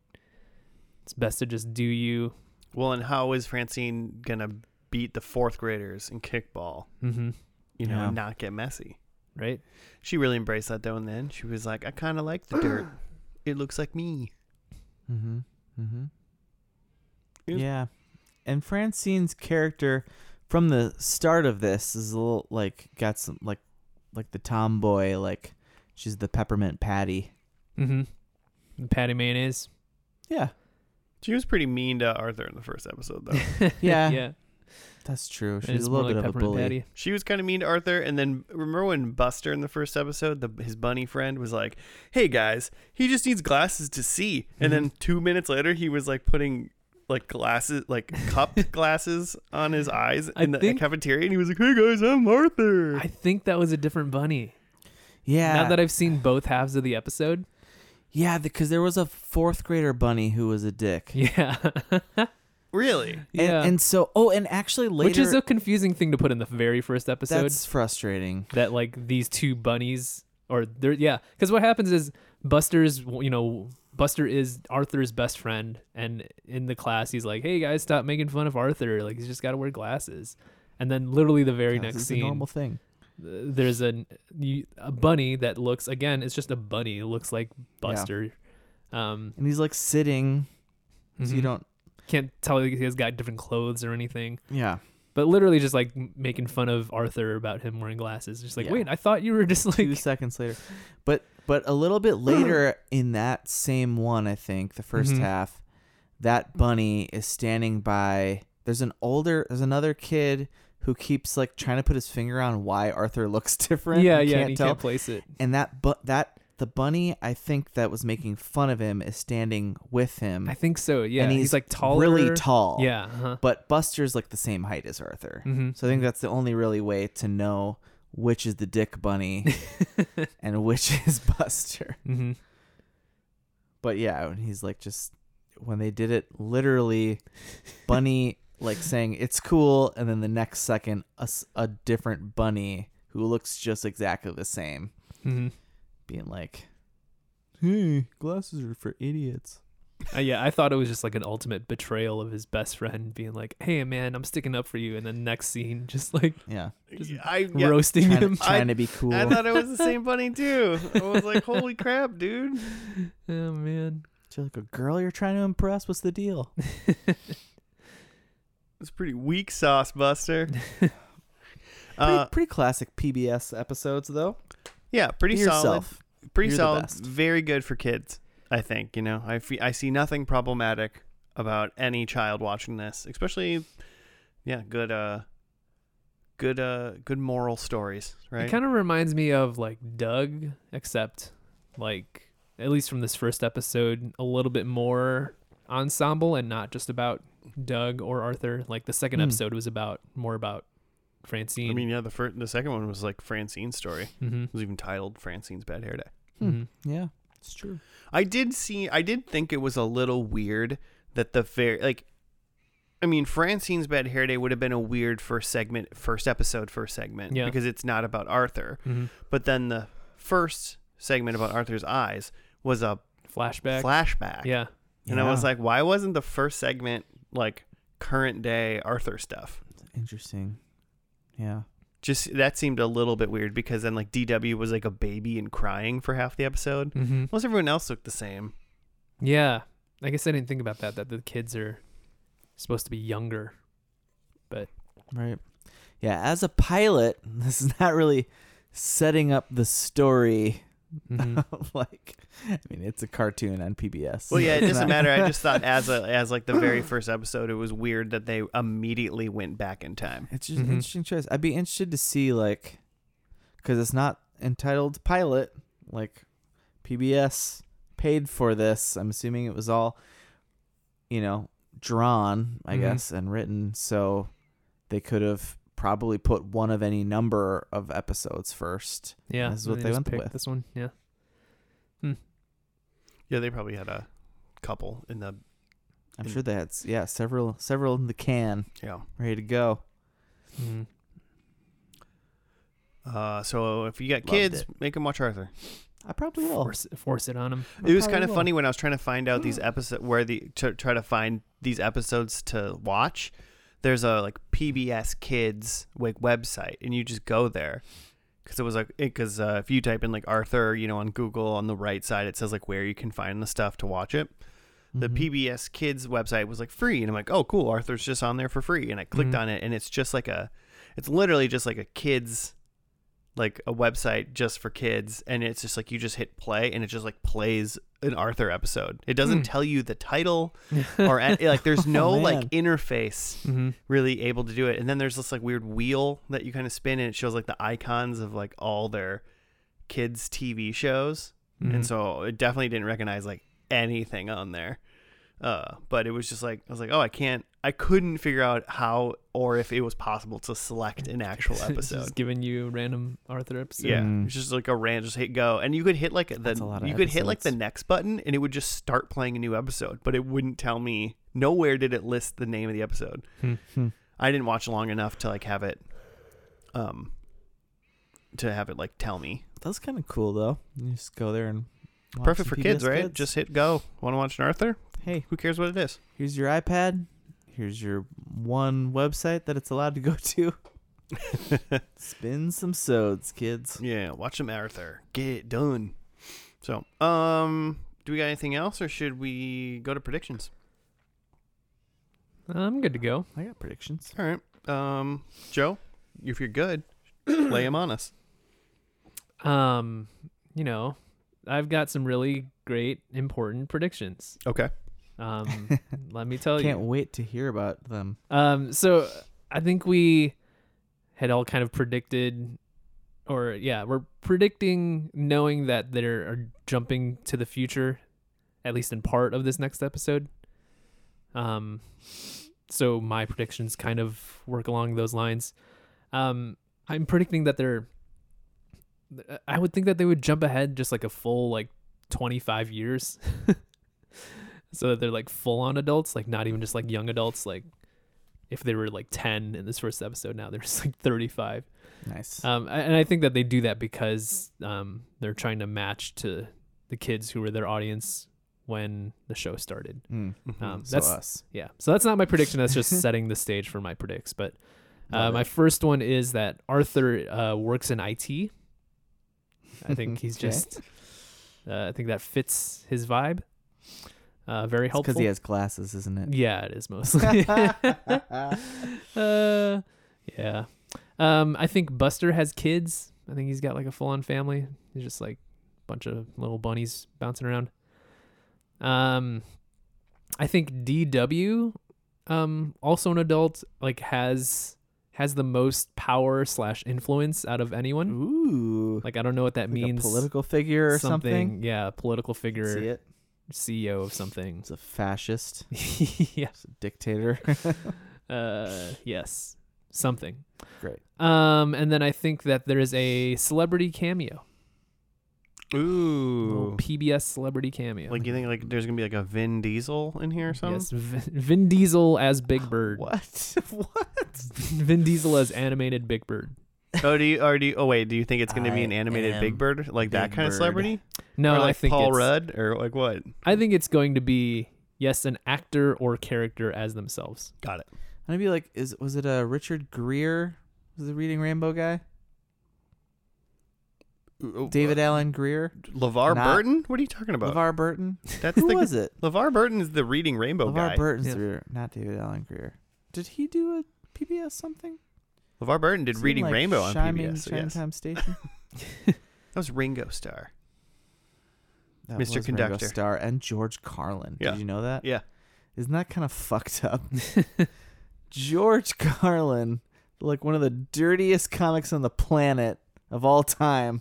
Speaker 2: it's best to just do you.
Speaker 1: Well, and how is Francine gonna beat the fourth graders in kickball?
Speaker 2: Mm-hmm.
Speaker 1: You know,
Speaker 3: Yeah.
Speaker 1: and not get messy.
Speaker 2: Right?
Speaker 1: She really embraced that though, and then she was like, "I kind of like the dirt. It looks like me."
Speaker 3: Mm-hmm. Mm-hmm.
Speaker 1: Yep.
Speaker 3: Yeah. And Francine's character from the start of this is a little like got some like like the tomboy, like she's the peppermint patty.
Speaker 2: Mm-hmm. Patty mayonnaise.
Speaker 3: Yeah.
Speaker 1: She was pretty mean to Arthur in the first episode, though.
Speaker 3: Yeah.
Speaker 2: yeah.
Speaker 3: That's true.
Speaker 2: And
Speaker 3: She's
Speaker 2: it's
Speaker 3: a
Speaker 2: more
Speaker 3: little
Speaker 2: like
Speaker 3: bit of a
Speaker 2: peppermint
Speaker 3: bully.
Speaker 2: patty.
Speaker 1: She was kind of mean to Arthur, and then remember when Buster in the first episode, the, his bunny friend was like, "Hey guys, he just needs glasses to see," and then two minutes later, he was like putting like glasses, like cupped glasses on his eyes
Speaker 2: I
Speaker 1: in the
Speaker 2: think-
Speaker 1: cafeteria, and he was like, "Hey guys, I'm Arthur."
Speaker 2: I think that was a different bunny.
Speaker 3: Yeah.
Speaker 2: Now that I've seen both halves of the episode,
Speaker 3: yeah, because there was a fourth grader bunny who was a dick.
Speaker 2: yeah,
Speaker 1: really?
Speaker 2: yeah.
Speaker 3: And, and so, oh, and actually later.
Speaker 2: which is a confusing thing to put in the very first episode.
Speaker 3: That's frustrating.
Speaker 2: that like these two bunnies or they're yeah because what happens is buster's you know buster is arthur's best friend and in the class he's like hey guys stop making fun of arthur like he's just got to wear glasses and then literally the very
Speaker 3: This
Speaker 2: next
Speaker 3: is a
Speaker 2: scene
Speaker 3: normal thing.
Speaker 2: th- there's an, you- a bunny that looks again it's just a bunny it looks like buster um
Speaker 3: And he's like sitting, so you
Speaker 2: mhm.
Speaker 3: don't.
Speaker 2: can't tell he has got different clothes or anything
Speaker 3: Yeah.
Speaker 2: but literally just like m- making fun of arthur about him wearing glasses just like
Speaker 3: Yeah.
Speaker 2: wait i thought you were just like
Speaker 3: two seconds later. But but a little bit later in that same one, I think the 1st
Speaker 2: Mhm.
Speaker 3: half, that bunny is standing by. There's an older. There's another kid who keeps like trying to put his finger on why Arthur looks different.
Speaker 2: yeah
Speaker 3: You
Speaker 2: yeah and
Speaker 3: Can't
Speaker 2: he
Speaker 3: tell.
Speaker 2: can't place it
Speaker 3: And that but that the bunny I think that was making fun of him is standing with him.
Speaker 2: I think so. Yeah,
Speaker 3: Mm. and
Speaker 2: he's,
Speaker 3: he's,
Speaker 2: like taller.
Speaker 3: Really tall.
Speaker 2: Yeah. Uh-huh.
Speaker 3: But Buster's like the same height as Arthur.
Speaker 2: Mhm.
Speaker 3: So I think that's the only really way to know which is the dick bunny and which is Buster.
Speaker 2: Mhm.
Speaker 3: But yeah, and he's like just when they did it literally bunny like saying it's cool and then the next second a, s- a different bunny who looks just exactly the same
Speaker 2: Mhm.
Speaker 3: being like hey glasses are for idiots
Speaker 2: Uh, yeah, I thought it was just like an ultimate betrayal of his best friend, being like, "Hey, man, I'm sticking up for you," and then next scene, just like
Speaker 3: yeah
Speaker 2: Just
Speaker 1: I yeah,
Speaker 2: roasting
Speaker 3: trying,
Speaker 2: him.
Speaker 3: to, trying to be cool
Speaker 1: I thought it was the same bunny too. I was like, "Holy crap, dude!"
Speaker 2: oh man.
Speaker 3: You're like a girl you're trying to impress what's the deal
Speaker 1: It's pretty weak sauce, Buster.
Speaker 3: pretty,
Speaker 1: Uh,
Speaker 3: pretty classic pbs episodes though
Speaker 1: yeah, pretty
Speaker 3: Be
Speaker 1: solid.
Speaker 3: yourself
Speaker 1: pretty
Speaker 3: You're the
Speaker 1: solid
Speaker 3: best.
Speaker 1: very good for kids i think you know I fe- I see nothing problematic about any child watching this especially yeah good uh good uh good moral stories right
Speaker 2: It kind of reminds me of like Doug, except like at least from this first episode, a little bit more ensemble and not just about Doug or Arthur. Like the second
Speaker 3: Hmm.
Speaker 2: episode was about more about Francine.
Speaker 1: i mean yeah the first the second one was like francine's story it
Speaker 2: hmm
Speaker 1: was even titled francine's bad hair day
Speaker 2: mm-hmm,
Speaker 3: Hmm. yeah it's true
Speaker 1: I did see. I did think it was a little weird that the fair, like, I mean, Francine's bad hair day would have been a weird first segment, first episode, first segment,
Speaker 2: Yeah.
Speaker 1: because it's not about Arthur.
Speaker 2: Mhm.
Speaker 1: But then the first segment about Arthur's eyes was a
Speaker 2: Flashback.
Speaker 1: flashback.
Speaker 2: yeah.
Speaker 1: and I was like, why wasn't the first segment like current day Arthur stuff?
Speaker 3: interesting yeah
Speaker 1: Just that seemed a little bit weird because then like DW was like a baby and crying for half the episode.
Speaker 2: Mm-hmm.
Speaker 1: Most everyone else looked the same.
Speaker 2: Yeah. I guess I didn't think about that, that the kids are supposed to be younger.
Speaker 3: Right. Yeah, as a pilot, this is not really setting up the story.
Speaker 2: Mhm.
Speaker 3: like, I mean, it's a cartoon on PBS.
Speaker 1: Mm-hmm. Well, yeah, it
Speaker 3: It's
Speaker 1: doesn't
Speaker 3: not-
Speaker 1: matter. I just thought as a, as like the very first episode, it was weird that they immediately went back in time.
Speaker 3: It's just
Speaker 2: Mhm.
Speaker 3: an interesting choice. I'd be interested to see, like, because it's not entitled pilot. Like, PBS paid for this. I'm assuming it was all, you know, drawn, I
Speaker 1: Mm-hmm.
Speaker 2: Mhm.
Speaker 3: guess, and written. So they could have probably put one of any number of episodes first.
Speaker 2: Yeah.
Speaker 3: This is
Speaker 2: and
Speaker 3: what they
Speaker 2: just
Speaker 3: went
Speaker 2: picked
Speaker 3: with.
Speaker 2: This one. Yeah.
Speaker 1: Yeah, they probably had a couple in the
Speaker 3: I'm
Speaker 1: And-
Speaker 3: sure they had s- yeah several several in the can
Speaker 1: yeah.
Speaker 3: ready to go.
Speaker 2: Mm-hmm.
Speaker 1: Uh, so if you got
Speaker 3: Loved
Speaker 1: kids, make them watch Arthur.
Speaker 3: I probably will.
Speaker 2: Force, force it on them.
Speaker 3: I
Speaker 1: it was
Speaker 3: probably
Speaker 1: kind of
Speaker 3: will.
Speaker 1: funny when I was trying to find out these episode where the to try to find these episodes to watch. There's a like PBS Kids like website, and you just go there because it was like because uh, if you type in like Arthur, you know, on Google on the right side, it says like where you can find the stuff to watch it. the
Speaker 2: Mm-hmm.
Speaker 3: Mhm.
Speaker 1: PBS Kids website was like free, and I'm like, oh, cool, Arthur's just on there for free, and I clicked
Speaker 2: Mhm.
Speaker 1: on it, and it's just like a, it's literally just like a kids, like a website just for kids, and it's just like you just hit play, and it just like plays an Arthur episode. It doesn't tell you the title
Speaker 2: Mm-hmm.
Speaker 1: or an- like there's no like interface really able to do it. And then there's this like weird wheel that you kind of spin and it shows like the icons of like all their kids TV shows.
Speaker 3: Mm-hmm.
Speaker 2: Mm-hmm.
Speaker 1: And so it definitely didn't recognize like anything on there. Uh, but it was just like I was like, oh, I can't, I couldn't figure out how or if it was possible to select an actual episode.
Speaker 2: Just giving you random Arthur episode.
Speaker 1: Yeah,
Speaker 3: Mm.
Speaker 1: it's just like a random just hit go, and you could hit like the
Speaker 3: That's a lot of
Speaker 1: you could hit like the
Speaker 3: episodes.
Speaker 1: next button, and it would just start playing a new episode, but it wouldn't tell me. Nowhere did it list the name of the episode.
Speaker 2: Hmm.
Speaker 3: Hmm.
Speaker 1: I didn't watch long enough to like have it, um, to have it like tell me.
Speaker 3: That's kind of cool though. You just go there and watch
Speaker 1: Perfect for
Speaker 3: some
Speaker 1: kids,
Speaker 3: PBS
Speaker 1: right? Just hit go. Want to watch an Arthur?
Speaker 3: hey,
Speaker 1: Who cares what it is?
Speaker 3: here's your iPad. Here's your one website that it's allowed to go to. Spin some sods, kids.
Speaker 1: Yeah, watch some Arthur. Get it done. So, um, do we got anything else, or should we go to predictions?
Speaker 2: I'm good to go.
Speaker 3: I got predictions.
Speaker 1: All right. Um, Joe, if you're good, lay him on us.
Speaker 2: Um, you know, I've got some really great important predictions.
Speaker 1: Okay.
Speaker 2: Um, let me tell
Speaker 3: Can't
Speaker 2: you.
Speaker 3: wait to hear about them.
Speaker 2: Um, so I think we had all kind of predicted, or yeah, we're predicting knowing that they are jumping to the future, at least in part of this next episode. Um, so my predictions kind of work along those lines. Um, I'm predicting that they're. I would think that they would jump ahead just like a full like 25 years, so that they're like full on adults, like not even just like young adults, like if they were like 10 in this first episode now they're just like 35
Speaker 3: Nice.
Speaker 2: um I- and i think that they do that because um they're trying to match to the kids who were their audience when the show started
Speaker 3: Mm,
Speaker 1: Mm-hmm.
Speaker 2: um
Speaker 3: so
Speaker 2: that's
Speaker 3: us.
Speaker 2: yeah so that's not my prediction that's just setting the stage for my predicts but uh,
Speaker 3: Love
Speaker 2: my
Speaker 3: it.
Speaker 2: first one is that arthur uh works in it i think he's
Speaker 3: Okay.
Speaker 2: just uh, i think that fits his vibe uh very helpful
Speaker 3: because he has glasses, isn't it?
Speaker 2: yeah it is mostly Uh, yeah. Um, I think Buster has kids. I think he's got like a full-on family. He's just like a bunch of little bunnies bouncing around. Um, I think DW, um, also an adult, like has has the most power slash influence out of anyone.
Speaker 3: Ooh,
Speaker 2: Like I don't know what that
Speaker 3: like
Speaker 2: means.
Speaker 3: a political figure or something.
Speaker 2: Yeah, political
Speaker 3: See
Speaker 2: figure,
Speaker 3: it?
Speaker 2: CEO of something.
Speaker 3: He's a fascist,
Speaker 2: yeah.
Speaker 3: he's a dictator.
Speaker 2: Uh, yes, something.
Speaker 3: Great.
Speaker 2: Um, and then I think that there is a celebrity cameo, a little
Speaker 1: Ooh.
Speaker 2: PBS celebrity cameo.
Speaker 1: Like you think like there's gonna be like a Vin Diesel in here or something?
Speaker 2: yes, Vin, Vin Diesel as Big Bird.
Speaker 3: What? what?
Speaker 2: Vin Diesel as animated Big Bird.
Speaker 1: Oh, do you or do you, oh wait, do you think it's gonna be an
Speaker 3: I
Speaker 1: animated
Speaker 3: am
Speaker 1: Big Bird like that
Speaker 3: Big
Speaker 1: kind of
Speaker 3: Bird.
Speaker 1: celebrity?
Speaker 2: No,
Speaker 1: or like
Speaker 2: I think
Speaker 1: Paul
Speaker 2: it's,
Speaker 1: Rudd or like what?
Speaker 2: I think it's going to be yes, an actor or character as themselves.
Speaker 1: Got it.
Speaker 3: I'd be like, is was it a Richard Greer? Was the Reading Rainbow guy? David Allen Greer?
Speaker 1: LeVar
Speaker 3: Not-
Speaker 1: Burton? What are you talking about?
Speaker 3: LeVar Burton?
Speaker 1: That's
Speaker 3: Who
Speaker 1: the
Speaker 3: was it?
Speaker 1: LeVar Burton is the reading rainbow
Speaker 3: LeVar
Speaker 1: guy.
Speaker 3: Burton's
Speaker 2: Yeah.
Speaker 3: the Reader, not David Allen Greer. Did he do a PBS something?
Speaker 1: LeVar Burton did
Speaker 3: Seemed
Speaker 1: reading
Speaker 3: like
Speaker 1: rainbow on PBS.
Speaker 3: Shining
Speaker 1: so yes. That
Speaker 3: Chinatown Station.
Speaker 1: was Ringo Starr.
Speaker 3: That
Speaker 1: Mr.
Speaker 3: was Ringo
Speaker 1: Conductor.
Speaker 3: Starr and George Carlin.
Speaker 1: Yeah.
Speaker 3: Did you know that?
Speaker 1: Yeah.
Speaker 3: Isn't that kind of fucked up? George Carlin, like one of the dirtiest comics on the planet of all time.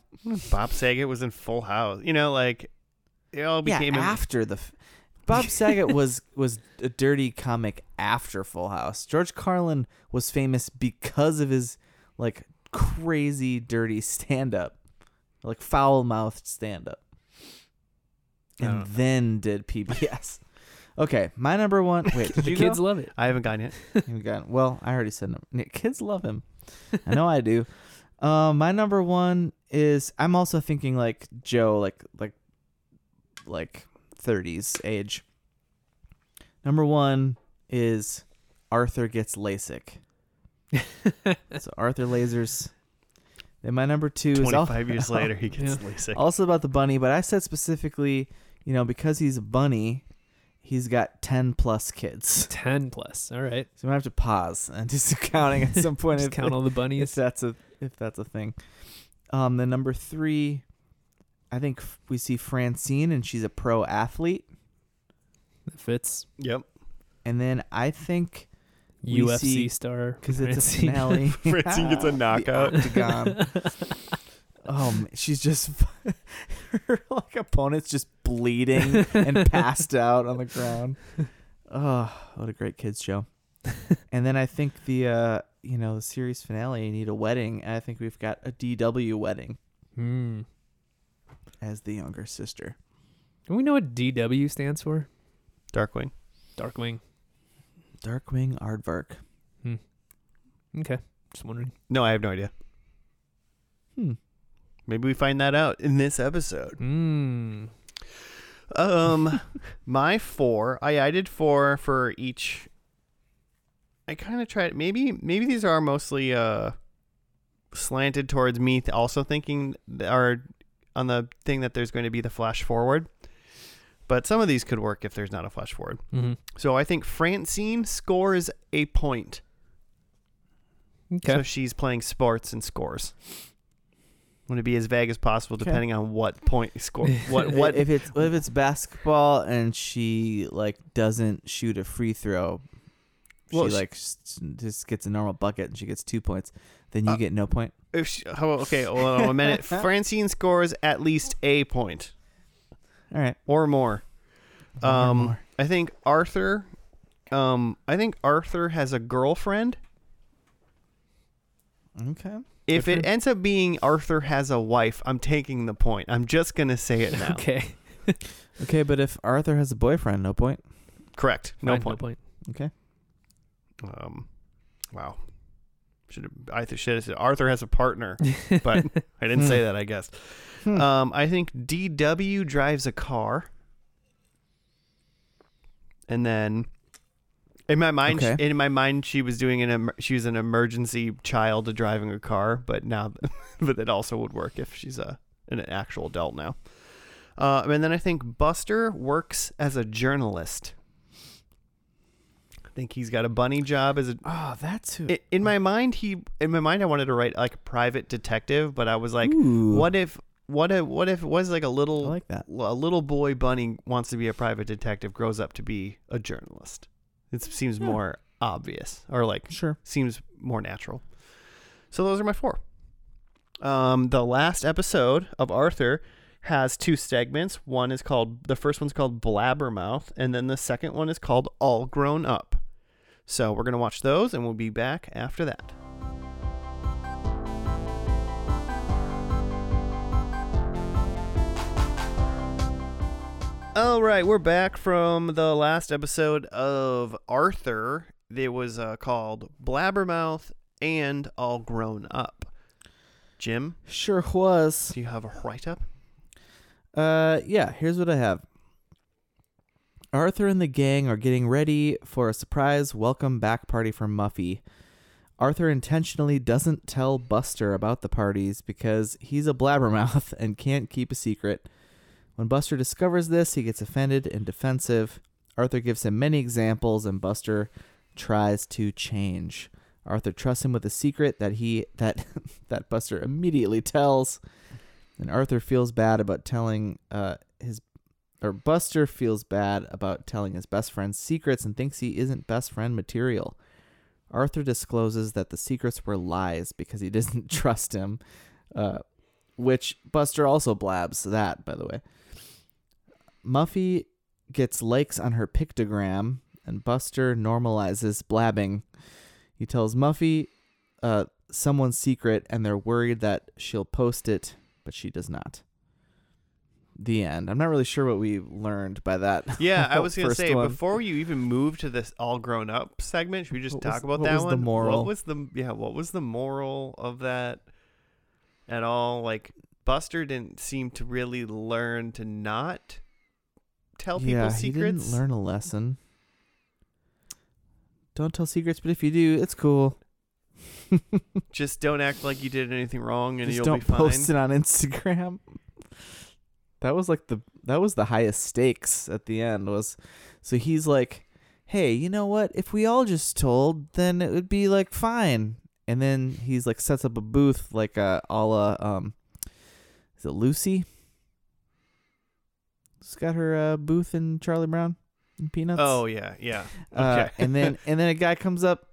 Speaker 1: Bob Saget was in Full House. You know, like it all became
Speaker 3: yeah,
Speaker 1: a-
Speaker 3: after the f- Bob Saget was was a dirty comic after Full House. George Carlin was famous because of his like crazy dirty stand up. Like foul-mouthed stand up.
Speaker 1: I
Speaker 3: And
Speaker 1: don't know.
Speaker 3: then did PBS. okay, my number one. Wait, did
Speaker 2: the
Speaker 3: you
Speaker 2: kids
Speaker 3: go?
Speaker 2: love it.
Speaker 1: I haven't gotten it.
Speaker 3: You got- well, I already said number. yeah, Kids love him. I know I do. Um, my number one is I'm also thinking like Joe, like like like 30s age. Number one is Arthur gets LASIK. so Arthur lasers. Then my number two is al-
Speaker 1: 25 years later, he gets
Speaker 2: Yeah.
Speaker 1: LASIK.
Speaker 3: also about the bunny, but I said specifically, you know, because he's a bunny, he's got 10 plus kids.
Speaker 2: Ten plus. All right.
Speaker 3: So I'm gonna have to pause and do some counting at some point. uh,
Speaker 2: Just
Speaker 3: if,
Speaker 2: count all the
Speaker 3: if
Speaker 2: bunnies.
Speaker 3: that's a if that's a thing. Um, the number three, I think f- we see Francine and she's a pro athlete.
Speaker 2: That fits.
Speaker 1: Yep.
Speaker 3: And then I think We
Speaker 2: UFC
Speaker 3: see-
Speaker 2: star.
Speaker 3: because it's a
Speaker 2: Francine.
Speaker 3: finale,
Speaker 1: Francine gets a
Speaker 3: The
Speaker 1: knockout.
Speaker 3: octagon. oh, man, she's just her like opponent's just bleeding and passed out on the ground. Oh, what a great kids show! and then I think the uh, you know the series finale. You need a wedding, and I think we've got a DW wedding
Speaker 2: Hmm.
Speaker 3: as the younger sister.
Speaker 2: Do we know what DW stands for?
Speaker 1: Darkwing.
Speaker 2: Darkwing.
Speaker 3: Darkwing Aardvark.
Speaker 2: Okay. Just wondering.
Speaker 1: No, I have no idea.
Speaker 3: Hmm.
Speaker 1: Maybe we find that out in this episode.
Speaker 2: Hmm.
Speaker 1: Um, my four. I I did four for each. I kind of tried. Maybe maybe these are mostly uh slanted towards me. Th- also thinking th- are on the thing that there's going to be the flash forward. But some of these could work if there's not a flash forward.
Speaker 2: hmm
Speaker 1: So I think Francine scores a point.
Speaker 2: Okay.
Speaker 1: So she's playing sports and scores. I'm gonna be as vague as possible,
Speaker 3: Okay.
Speaker 1: depending on what point score. What what?
Speaker 3: if it's if it's basketball and she like doesn't shoot a free throw
Speaker 1: Well,
Speaker 3: she
Speaker 1: she-
Speaker 3: like s- just gets a normal bucket and she gets two points then you
Speaker 1: Uh,
Speaker 3: get no point
Speaker 1: If she, how, okay, hold on a minute. Francine scores at least a point
Speaker 3: all right
Speaker 1: or more.
Speaker 3: Or
Speaker 1: Um,
Speaker 3: more.
Speaker 1: I think Arthur. Um, I think Arthur has a girlfriend.
Speaker 3: okay
Speaker 1: If
Speaker 2: Good for
Speaker 1: it
Speaker 2: him.
Speaker 1: ends up being Arthur has a wife, I'm taking the point. I'm just gonna say it now.
Speaker 2: okay.
Speaker 3: okay but if arthur has a boyfriend no point
Speaker 1: Correct. No
Speaker 2: Fine,
Speaker 1: point.
Speaker 2: No point.
Speaker 1: Um, wow. Should have I should have said Arthur has a partner, but I didn't say that. I guess.
Speaker 3: Hmm.
Speaker 1: Um, I think DW drives a car, and then in my mind,
Speaker 3: Okay.
Speaker 1: in my mind, she was doing an em- she was an emergency child to driving a car, but now, but that also would work if she's a an actual adult now. Uh, and then I think Buster works as a journalist. I think he's got a bunny job as a
Speaker 3: oh that's who
Speaker 1: I- in my mind he in my mind i wanted to write like a private detective but i was like
Speaker 3: Ooh,
Speaker 1: what if what if what if it was like a
Speaker 3: i
Speaker 1: little
Speaker 3: like that
Speaker 1: a little boy bunny wants to be a private detective grows up to be a journalist it seems
Speaker 3: Yeah.
Speaker 1: more obvious or like
Speaker 3: sure
Speaker 1: seems more natural so those are my four um the last episode of arthur has two segments one is called the first one's called blabbermouth and then the second one is called all grown up so we're gonna watch those and we'll be back after that All right, we're back from the last episode of Arthur. It was uh, called Blabbermouth and All Grown Up. Jim,
Speaker 3: sure was
Speaker 1: do you have a write up?
Speaker 3: Uh, yeah, here's what I have. Arthur and the gang are getting ready for a surprise welcome back party for Muffy. Arthur intentionally doesn't tell Buster about the parties because he's a blabbermouth and can't keep a secret. When Buster discovers this, he gets offended and defensive. Arthur gives him many examples and Buster tries to change. Arthur trusts him with a secret that he that that Buster immediately tells. And Arthur feels bad about telling uh, his, or Buster feels bad about telling his best friend's secrets and thinks he isn't best friend material. Arthur discloses that the secrets were lies because he doesn't trust him, uh, which Buster also blabs that, by the way. Muffy gets likes on her pictogram, and Buster normalizes blabbing. He tells Muffy uh, someone's secret, and they're worried that she'll post it but she does not. The end. I'm not really sure what we learned by that.
Speaker 1: Yeah, I was going to
Speaker 3: First
Speaker 1: say,
Speaker 3: one.
Speaker 1: before you even move to this All Grown Up segment, should we just
Speaker 3: What was-
Speaker 1: talk about
Speaker 3: what
Speaker 1: that
Speaker 3: was the
Speaker 1: one?
Speaker 3: moral?
Speaker 1: What was the, yeah, what was the moral of that at all? Like, Buster didn't seem to really learn to not tell people
Speaker 3: yeah, he
Speaker 1: secrets.
Speaker 3: didn't learn a lesson. Don't tell secrets, but if you do, it's cool.
Speaker 1: Just don't act like you did anything wrong and
Speaker 3: Just
Speaker 1: you'll
Speaker 3: don't
Speaker 1: be fine.
Speaker 3: post it on Instagram. That was like the that was the highest stakes at the end was so he's like, "Hey, you know what? If we all just told, then it would be like fine." And then he's like sets up a booth like uh, a la um is it Lucy? She's got her uh, booth in Charlie Brown and Peanuts.
Speaker 1: Oh yeah, yeah.
Speaker 3: Uh,
Speaker 1: okay.
Speaker 3: and then and then a guy comes up,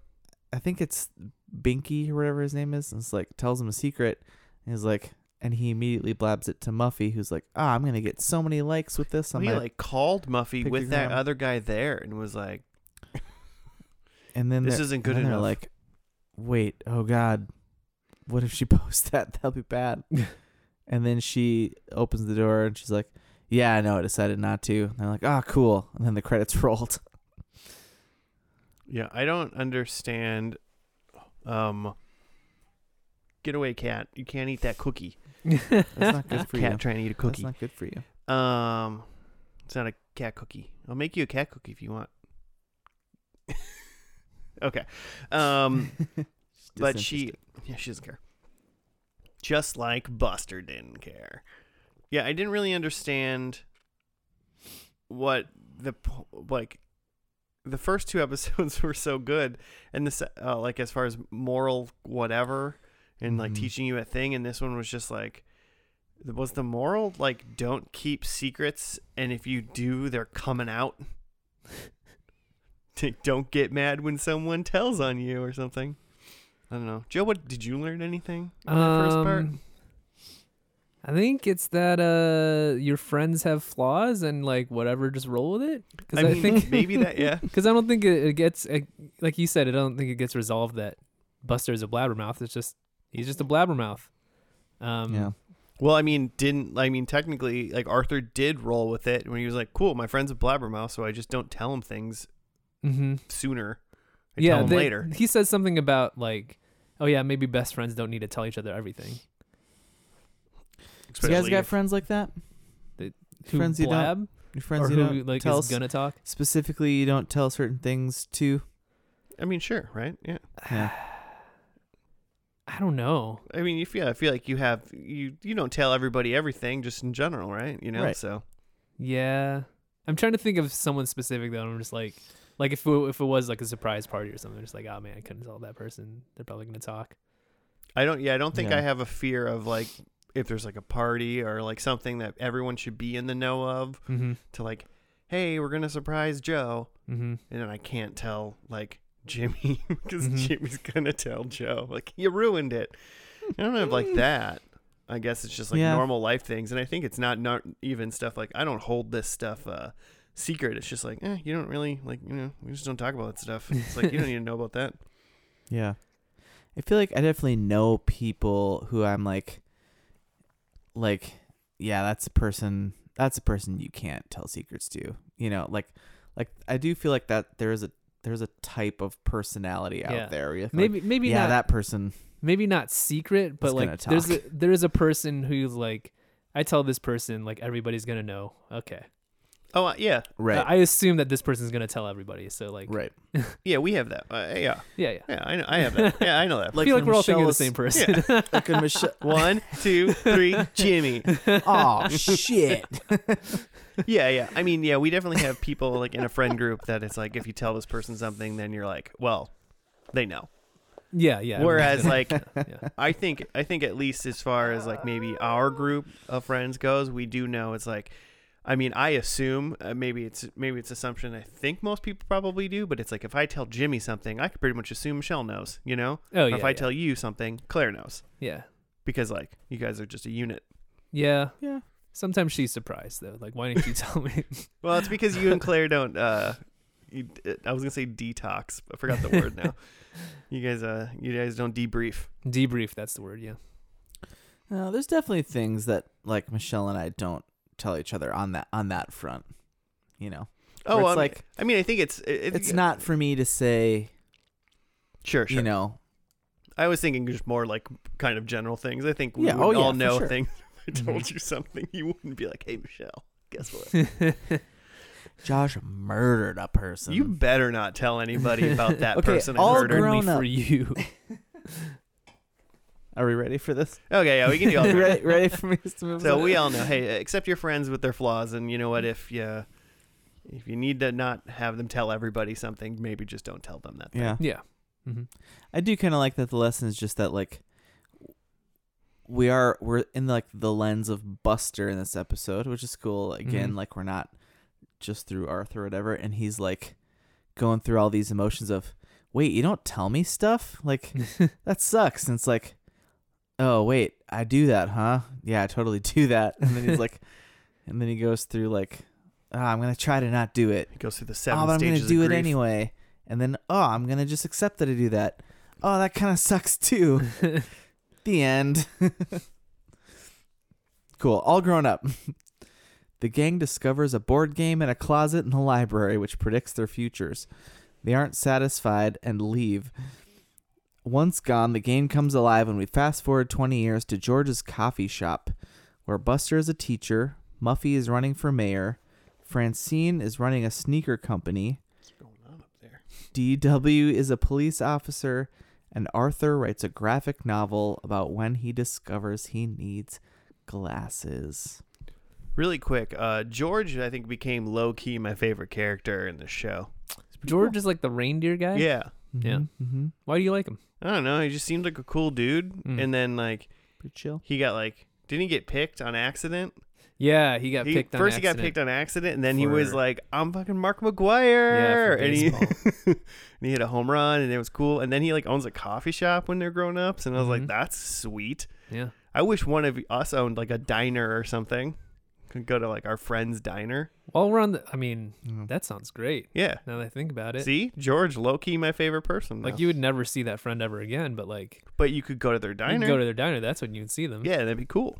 Speaker 3: I think it's Binky or whatever his name is, and it's like tells him a secret, and he's like, and he immediately blabs it to Muffy, who's like, ah, I'm gonna get so many likes with this. I'm
Speaker 1: We
Speaker 3: gonna-"
Speaker 1: like called Muffy with that
Speaker 3: pictogram.
Speaker 1: other guy there and was like,
Speaker 3: and then
Speaker 1: "This
Speaker 3: they're-
Speaker 1: isn't
Speaker 3: and
Speaker 1: good
Speaker 3: then they're
Speaker 1: enough."
Speaker 3: Like, wait, oh god, what if she posts that? That'll be bad. and then she opens the door and she's like, yeah, I know, I decided not to. And they're like, ah, cool. And then the credits rolled.
Speaker 1: yeah, I don't understand. Um, get away, cat! You can't eat that cookie.
Speaker 3: That's not good for
Speaker 1: cat
Speaker 3: you.
Speaker 1: trying to eat a
Speaker 3: That's
Speaker 1: cookie.
Speaker 3: not good for you.
Speaker 1: um, it's not a cat cookie. I'll make you a cat cookie if you want. okay. Um,
Speaker 3: She's
Speaker 1: but she,
Speaker 3: disinterested.
Speaker 1: yeah, she doesn't care. Just like Buster didn't care. Yeah, I didn't really understand what the po- like. The first two episodes were so good, and this uh, like as far as moral whatever, and like
Speaker 3: Mhm.
Speaker 1: teaching you a thing, and this one was just like, was the moral like don't keep secrets, and if you do, they're coming out. Like, don't get mad when someone tells on you or something. I don't know. Joe, what did you learn anything in that first part?
Speaker 2: Um, I think it's that uh your friends have flaws and like whatever, just roll with it. Because
Speaker 1: I,
Speaker 2: I,
Speaker 1: mean,
Speaker 2: think
Speaker 1: maybe that, yeah.
Speaker 2: because I don't think it, it gets it, like you said. I don't think it gets resolved that Buster is a blabbermouth. It's just he's just a blabbermouth. Um,
Speaker 3: yeah.
Speaker 1: Well, I mean, didn't, I mean, technically, like Arthur did roll with it when he was like, cool, my friend's a blabbermouth, so I just don't tell him things
Speaker 2: Mm-hmm.
Speaker 1: sooner. I
Speaker 2: yeah.
Speaker 1: tell him
Speaker 2: they-
Speaker 1: later.
Speaker 2: He says something about like, oh yeah, maybe best friends don't need to tell each other everything.
Speaker 3: You guys
Speaker 1: Especially
Speaker 3: got
Speaker 1: if-
Speaker 3: friends like that?
Speaker 2: Who
Speaker 3: Friends you don't-
Speaker 2: blab
Speaker 3: Your friends
Speaker 2: or
Speaker 3: you
Speaker 2: who
Speaker 3: don't
Speaker 2: like
Speaker 3: tell
Speaker 2: is gonna talk.
Speaker 3: specifically you don't tell certain things to
Speaker 1: I mean, sure, right? Yeah.
Speaker 3: yeah
Speaker 2: I don't know.
Speaker 1: I mean, if, yeah, I feel like you have, you, you don't tell everybody everything just in general, right? You know,
Speaker 3: Right.
Speaker 1: so.
Speaker 2: Yeah, I'm trying to think of someone specific though. and I'm just like, like if it, if it was like a surprise party or something, I'm just like, oh man, I couldn't tell that person. They're probably gonna talk.
Speaker 1: I don't. Yeah, I don't think
Speaker 3: Yeah.
Speaker 1: I have a fear of like if there's like a party or like something that everyone should be in the know of
Speaker 2: Mm-hmm.
Speaker 1: to like, hey, we're gonna surprise Joe,
Speaker 2: Mm-hmm.
Speaker 1: and then I can't tell like Jimmy because
Speaker 2: Mhm.
Speaker 1: Jimmy's gonna tell Joe like you ruined it. I don't have like that. I guess it's just like
Speaker 3: Yeah.
Speaker 1: normal life things, and I think it's not not even stuff like I don't hold this stuff uh secret. It's just like eh, you don't really like you know we just don't talk about that stuff. It's like you don't need to know about that.
Speaker 3: yeah i feel like i definitely know people who i'm like like yeah that's a person that's a person you can't tell secrets to you know like like i do feel like that there is a there's a type of personality out
Speaker 2: Yeah.
Speaker 3: there where you're like,
Speaker 2: Maybe maybe
Speaker 3: yeah
Speaker 2: not
Speaker 3: that person
Speaker 2: maybe not secret, but
Speaker 3: It's gonna
Speaker 2: like there's a,
Speaker 3: talk.
Speaker 2: there's a person who's like, I tell this person like everybody's gonna know. Okay,
Speaker 1: Oh uh, yeah,
Speaker 3: right
Speaker 2: I, I assume that this person's gonna tell everybody. So like,
Speaker 3: right
Speaker 1: yeah, we have that. Uh, yeah,
Speaker 2: yeah, yeah.
Speaker 1: yeah, I know, I have that. Yeah, I know that.
Speaker 2: I feel like we're all thinking of the
Speaker 3: Michelle's-
Speaker 2: same person.
Speaker 3: like a Michelle.
Speaker 1: One, two, three, Jimmy.
Speaker 3: oh shit
Speaker 1: Yeah, yeah. I mean, yeah, we definitely have people like in a friend group that it's like if you tell this person something, then you're like, well, they know.
Speaker 2: yeah, yeah.
Speaker 1: Whereas
Speaker 2: everybody's
Speaker 1: like
Speaker 2: gonna- yeah.
Speaker 1: I think I think at least as far as like maybe our group of friends goes, we do know it's like I mean, I assume uh, maybe it's maybe it's assumption I think most people probably do, but it's like if I tell Jimmy something, I could pretty much assume Michelle knows, you know?
Speaker 2: oh
Speaker 1: Or
Speaker 2: yeah,
Speaker 1: if I
Speaker 2: yeah,
Speaker 1: tell you something, Claire knows
Speaker 2: yeah,
Speaker 1: because like you guys are just a unit.
Speaker 2: yeah.
Speaker 3: yeah
Speaker 2: Sometimes she's surprised though. Like, why didn't you tell me?
Speaker 1: Well, it's because you and Claire don't. Uh, you, I was gonna say detox. but I forgot the word now. You guys, uh, you guys don't debrief.
Speaker 2: Debrief. That's the word. Yeah.
Speaker 3: No, there's definitely things that like Michelle and I don't tell each other on that on that front. You know,
Speaker 1: Oh,
Speaker 3: Or it's
Speaker 1: I'm-
Speaker 3: like-
Speaker 1: I mean, I think it's it,
Speaker 3: it's not for me to say.
Speaker 1: sure, sure.
Speaker 3: You know,
Speaker 1: I was thinking just more like kind of general things. I think we
Speaker 3: Yeah,
Speaker 1: would
Speaker 3: oh, yeah,
Speaker 1: all
Speaker 3: for
Speaker 1: know
Speaker 3: sure. Mm-hmm.
Speaker 1: things. If I
Speaker 2: Mhm.
Speaker 1: told you something, you wouldn't be like, "Hey, Michelle, guess what?
Speaker 3: Josh murdered a person.
Speaker 1: you better not tell anybody about that
Speaker 3: Okay,
Speaker 1: person I
Speaker 3: all
Speaker 1: murdered."
Speaker 3: grown-
Speaker 2: Only for
Speaker 3: up.
Speaker 2: you.
Speaker 3: are we ready for this?
Speaker 1: okay, yeah, we can do all that.
Speaker 3: ready, ready for me to move?
Speaker 1: So
Speaker 3: on?
Speaker 1: we all know, hey, accept your friends with their flaws, and you know what? If you if you need to not have them tell everybody something, maybe just don't tell them that.
Speaker 3: Yeah,
Speaker 2: Yeah. Mm-hmm.
Speaker 3: I do kind of like that. The lesson is just that like we are we're in like the lens of Buster in this episode, which is cool.
Speaker 1: Mm-hmm.
Speaker 3: Again,
Speaker 2: Mhm.
Speaker 3: like we're not just through Arthur or whatever, and he's like going through all these emotions of wait, you don't tell me stuff? Like that sucks. And it's like, oh wait, I do that, huh? Yeah, I totally do that. And then he's like and then he goes through like ah, I'm gonna try to not do it.
Speaker 1: He goes through the
Speaker 3: Oh,
Speaker 1: seven
Speaker 3: but I'm gonna
Speaker 1: stages
Speaker 3: do
Speaker 1: of
Speaker 3: it
Speaker 1: grief.
Speaker 3: anyway. And then oh, I'm gonna just accept that I do that. Oh, that kinda sucks too. The end. cool. All grown up. the gang discovers a board game in a closet in the library, which predicts their futures. They aren't satisfied and leave. Once gone, the game comes alive and we fast forward 20 years to George's coffee shop, where Buster is a teacher, Muffy is running for mayor, Francine is running a sneaker company,
Speaker 1: What's going on up there?
Speaker 3: DW is a police officer, and Arthur writes a graphic novel about when he discovers he needs glasses.
Speaker 1: Really quick, uh, George, I think, became low key my favorite character in the show.
Speaker 2: George is like the reindeer guy.
Speaker 1: Yeah.
Speaker 2: Yeah.
Speaker 3: Mm-hmm.
Speaker 2: Why do you like him?
Speaker 1: I don't know. He just seemed like a cool dude.
Speaker 2: Mm.
Speaker 1: And then, like,
Speaker 3: Pretty chill.
Speaker 1: he got, like, didn't he get picked on accident?
Speaker 2: Yeah, he got
Speaker 1: He-
Speaker 2: picked.
Speaker 1: first,
Speaker 2: on
Speaker 1: he got picked on accident, and then he
Speaker 2: for-
Speaker 1: was like, I'm fucking Mark
Speaker 2: Yeah,
Speaker 1: McGuire.
Speaker 2: for
Speaker 1: and, he, and
Speaker 2: baseball.
Speaker 1: he hit a home run, and it was cool. And then he, like, owns a coffee shop when they're grown ups. And I was
Speaker 2: Mhm.
Speaker 1: like, that's sweet.
Speaker 2: yeah.
Speaker 1: I wish one of us owned, like, a diner or something. Could go to, like, our friend's diner.
Speaker 2: While we're on the, I mean,
Speaker 3: Mm.
Speaker 2: that sounds great.
Speaker 1: Yeah.
Speaker 2: Now that I think about it,
Speaker 1: See, George, low key, my favorite person.
Speaker 2: like
Speaker 1: Like
Speaker 2: you would never see that friend ever again. But like,
Speaker 1: but you could go to their
Speaker 2: you
Speaker 1: diner.
Speaker 2: go to their diner. That's when you'd see them.
Speaker 1: yeah, that'd be cool.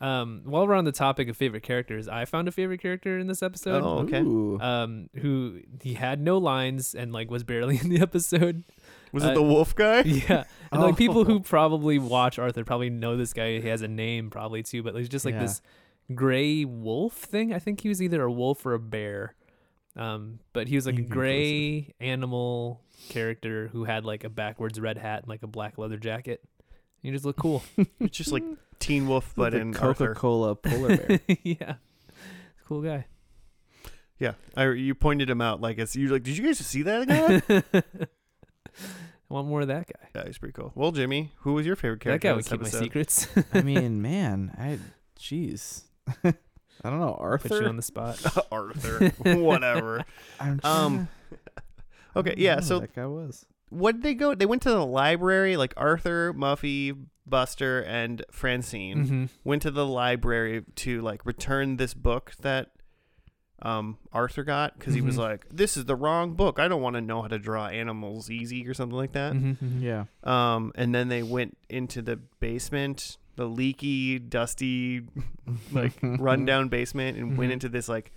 Speaker 2: Um, while we're on the topic of favorite characters, I found a favorite character in this episode.
Speaker 1: Oh, okay.
Speaker 3: Ooh.
Speaker 2: Um, who he had no lines and like was barely in the episode.
Speaker 1: Was
Speaker 2: Uh,
Speaker 1: it the wolf guy?
Speaker 2: Yeah, and like people
Speaker 3: Oh.
Speaker 2: who probably watch Arthur probably know this guy. He has a name probably too, but he's just like
Speaker 3: Yeah.
Speaker 2: this gray wolf thing. I think he was either a wolf or a bear. Um, but he was like a
Speaker 3: Inconclusive.
Speaker 2: gray animal character who had like a backwards red hat and like a black leather jacket. He just looked cool.
Speaker 1: It's just like Teen Wolf, but in
Speaker 3: Coca
Speaker 1: Arthur.
Speaker 3: Cola polar bear.
Speaker 2: yeah, cool guy.
Speaker 1: Yeah, I, you pointed him out. Like it's you like, did you guys see that again?
Speaker 2: I want more of that guy.
Speaker 1: yeah, he's pretty cool. Well, Jimmy, who was your favorite
Speaker 2: That
Speaker 1: character?
Speaker 2: guy
Speaker 1: in
Speaker 2: would
Speaker 1: this
Speaker 2: keep my
Speaker 1: episode?
Speaker 2: secrets.
Speaker 3: I mean, man, I jeez. I don't know,
Speaker 2: Put you
Speaker 3: Arthur.
Speaker 2: on the spot.
Speaker 1: Arthur, whatever.
Speaker 3: I'm
Speaker 1: Um,
Speaker 3: trying to-
Speaker 1: okay,
Speaker 3: I don't
Speaker 1: yeah,
Speaker 3: know who
Speaker 1: so-
Speaker 3: that guy was.
Speaker 1: What did they go? They went to the library. Like Arthur, Muffy, Buster, and Francine
Speaker 3: Mm-hmm.
Speaker 2: hmm
Speaker 1: went to the library to like return this book that um Arthur got because he was
Speaker 2: Mhm.
Speaker 1: like, "This is the wrong book. I don't want to know how to draw animals easy or something like
Speaker 2: Mm-hmm.
Speaker 1: that."
Speaker 3: Mm-hmm. Yeah.
Speaker 1: Um, and then they went into the basement, the leaky, dusty, like
Speaker 3: Mm-hmm.
Speaker 1: rundown basement, and went
Speaker 2: Mhm.
Speaker 1: into this like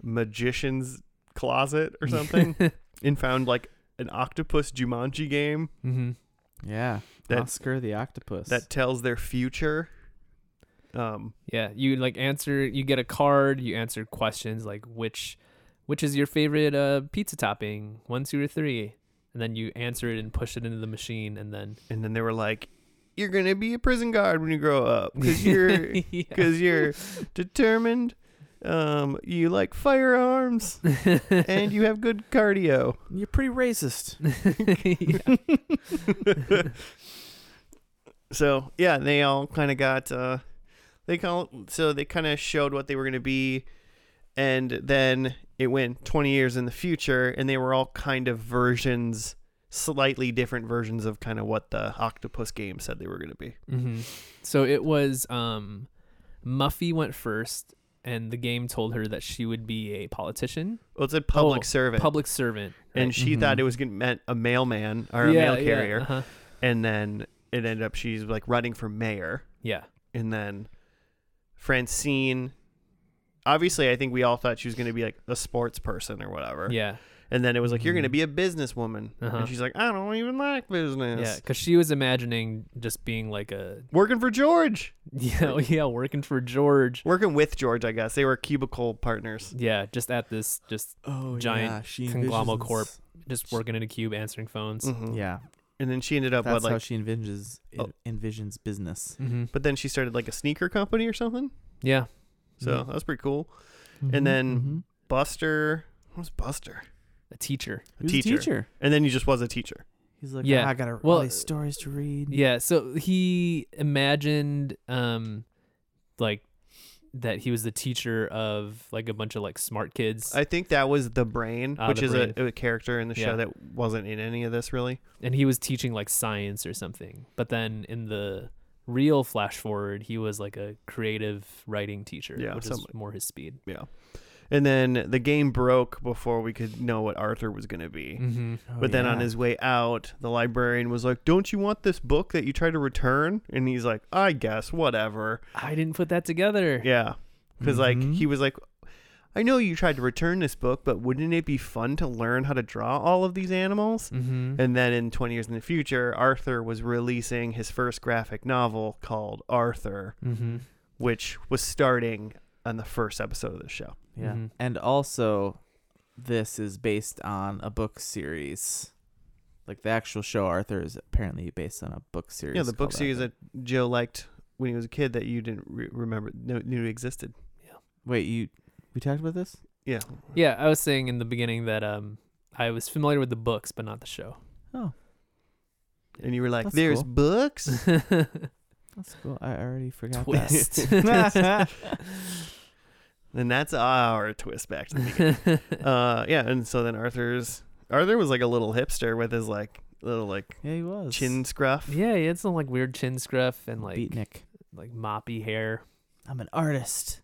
Speaker 1: magician's closet or something, and found like an octopus Jumanji game
Speaker 2: hmm
Speaker 3: Yeah.
Speaker 1: That-
Speaker 3: Oscar the octopus.
Speaker 1: that tells their future. Um,
Speaker 2: Yeah, you like answer. You get a card. You answer questions like which, which is your favorite uh, pizza topping? One, two, or three? And then you answer it and push it into the machine, and then
Speaker 1: and then they were like, "You're gonna be a prison guard when you grow up because you're because you're determined." Um, you like firearms and you have good cardio.
Speaker 3: You're pretty racist.
Speaker 2: yeah.
Speaker 1: so yeah, they all kind of got uh, they call so they kind of showed what they were gonna be, and then it went 20 years in the future, and they were all kind of versions, slightly different versions of kind of what the octopus game said they were gonna be.
Speaker 2: hmm So it was um, Muffy went first, and the game told her that she would be a politician,
Speaker 1: Well, it said public
Speaker 2: Oh,
Speaker 1: servant,
Speaker 2: public servant,
Speaker 1: and
Speaker 2: right?
Speaker 1: she
Speaker 3: Mhm.
Speaker 1: thought it was gonna meant a mailman or
Speaker 2: Yeah,
Speaker 1: a mail
Speaker 2: yeah,
Speaker 1: carrier,
Speaker 2: uh-huh.
Speaker 1: and then it ended up she's like running for mayor.
Speaker 2: yeah.
Speaker 1: and then Francine. Obviously, I think we all thought she was going to be like a sports person or whatever.
Speaker 2: Yeah, Mm-hmm.
Speaker 1: And then it was like, you're going to be a businesswoman.
Speaker 2: Uh-huh.
Speaker 1: And she's like, I don't even like business.
Speaker 2: yeah, because she was imagining just being like a
Speaker 1: Working for George.
Speaker 2: yeah, yeah, working for George.
Speaker 1: Working with George, I guess. They were cubicle partners.
Speaker 2: Yeah, just at this, just
Speaker 3: Oh,
Speaker 2: Giant
Speaker 3: yeah, she
Speaker 2: conglomerate
Speaker 3: envisions-
Speaker 2: corp. just working in a cube, answering phones.
Speaker 1: Mhm.
Speaker 3: Yeah,
Speaker 1: And then she ended up
Speaker 3: that's
Speaker 1: with
Speaker 3: how
Speaker 1: like,
Speaker 3: she envisions
Speaker 1: Oh.
Speaker 3: envisions business.
Speaker 2: Mm-hmm.
Speaker 1: but then she started like a sneaker company or something.
Speaker 2: Yeah,
Speaker 1: So
Speaker 2: Mhm.
Speaker 1: that was pretty cool.
Speaker 2: Mm-hmm.
Speaker 1: And then
Speaker 3: Mm-hmm.
Speaker 1: Buster. What was Buster?
Speaker 2: a teacher.
Speaker 1: teacher. And then he just was a teacher.
Speaker 3: He's like,
Speaker 2: Yeah.
Speaker 3: "Ah, I got to
Speaker 2: Well,
Speaker 3: all these stories to read.
Speaker 2: Yeah, so he imagined um like that he was the teacher of like a bunch of like smart kids
Speaker 1: I think that was the brain,
Speaker 2: Ah,
Speaker 1: which
Speaker 2: the
Speaker 1: is A, a character in the
Speaker 2: Yeah.
Speaker 1: show that wasn't in any of this really.
Speaker 2: and he was teaching like science or something. But then in the real flash forward, he was like a creative writing teacher,
Speaker 1: Yeah,
Speaker 2: which is
Speaker 1: something-
Speaker 2: more his speed.
Speaker 1: Yeah. And then the game broke before we could know what Arthur was going to be.
Speaker 2: Mm-hmm.
Speaker 3: Oh,
Speaker 1: But then on
Speaker 3: yeah.
Speaker 1: his way out, the librarian was like, "Don't you want this book that you tried to return?" And he's like, "I guess, whatever."
Speaker 2: I didn't put that together.
Speaker 1: Yeah, because
Speaker 3: Mhm.
Speaker 1: like he was like, "I know you tried to return this book, but wouldn't it be fun to learn how to draw all of these animals?"
Speaker 2: Mm-hmm.
Speaker 1: And then in 20 years in the future, Arthur was releasing his first graphic novel called Arthur,
Speaker 2: Mm-hmm.
Speaker 1: which was starting on the first episode of the show.
Speaker 3: Yeah.
Speaker 2: Mhm.
Speaker 3: Mm-hmm. And also, this is based on a book series. Like the actual show Arthur is apparently based on a book series.
Speaker 1: Yeah, the book
Speaker 3: called
Speaker 1: series
Speaker 3: Arthur.
Speaker 1: that Joe liked when he was a kid that you didn't re- remember no, knew existed.
Speaker 3: Wait, you we talked about this?
Speaker 1: Yeah.
Speaker 2: Yeah, I was saying in the beginning that um I was familiar with the books but not the show.
Speaker 1: And you were like,
Speaker 3: That's
Speaker 1: "There's
Speaker 3: cool.
Speaker 1: books."
Speaker 3: That's cool. I already forgot.
Speaker 2: Twist.
Speaker 3: That.
Speaker 1: And that's our twist back to the beginning. uh, yeah, and so then Arthur's Arthur was like a little hipster with his like little like
Speaker 3: yeah, he was
Speaker 1: chin scruff.
Speaker 2: yeah, he had some like weird chin scruff and like
Speaker 3: beatnik.
Speaker 2: like moppy hair.
Speaker 3: I'm an artist.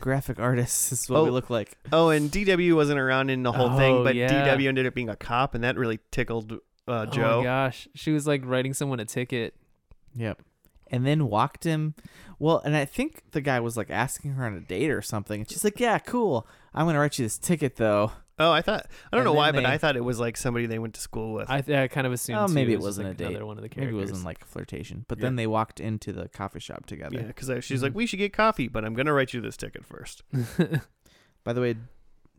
Speaker 3: Graphic artist is what we
Speaker 1: Oh.
Speaker 3: look like.
Speaker 1: Oh, and DW wasn't around in the whole thing,
Speaker 2: Oh,
Speaker 1: but
Speaker 2: yeah.
Speaker 1: DW ended up being a cop, and that really tickled uh,
Speaker 2: Oh my
Speaker 1: Joe.
Speaker 2: gosh, she was like writing someone a ticket.
Speaker 3: Yep. And then walked him. Well, and I think the guy was like asking her on a date or something. And she's like, "Yeah, cool. I'm gonna write you this ticket though."
Speaker 1: oh, I thought I don't
Speaker 3: And
Speaker 1: know
Speaker 3: then
Speaker 1: why, but
Speaker 3: they-
Speaker 1: I thought it was like somebody they went to school with.
Speaker 2: I, th- I kind of assumed.
Speaker 3: Oh,
Speaker 2: too,
Speaker 3: maybe it
Speaker 2: was just,
Speaker 3: wasn't
Speaker 2: like,
Speaker 3: a date.
Speaker 2: Another one of the
Speaker 3: Maybe
Speaker 2: characters.
Speaker 3: it wasn't like a flirtation. But
Speaker 1: Yeah.
Speaker 3: then they walked into the coffee shop together.
Speaker 1: yeah, because she's
Speaker 2: Mhm.
Speaker 1: like, we should get coffee, but I'm gonna write you this ticket first.
Speaker 2: wasn't.
Speaker 3: By the way,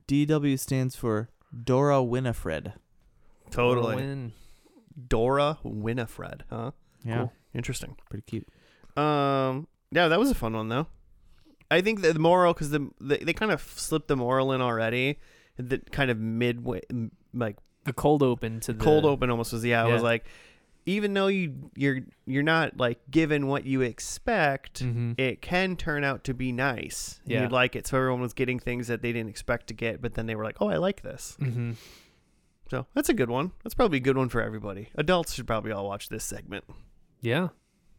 Speaker 3: DW stands for Dora Winifred.
Speaker 2: Oh,
Speaker 1: Totally, Dora Winifred, huh?
Speaker 3: Yeah.
Speaker 1: Cool. Interesting.
Speaker 3: Pretty cute.
Speaker 1: Um, yeah, that was a fun one though. I think that the moral because the, the they kind of slipped the moral in already. The kind of midway, m- like
Speaker 2: A cold open to the
Speaker 1: cold open almost was yeah. I was
Speaker 2: Yeah.
Speaker 1: like, even though you you're you're not like given what you expect,
Speaker 2: Mhm.
Speaker 1: it can turn out to be nice. and
Speaker 2: Yeah.
Speaker 1: you'd like it. So everyone was getting things that they didn't expect to get, but then they were like, oh, I like this.
Speaker 2: Mhm.
Speaker 1: So that's a good one. That's probably a good one for everybody. Adults should probably all watch this segment.
Speaker 2: Yeah.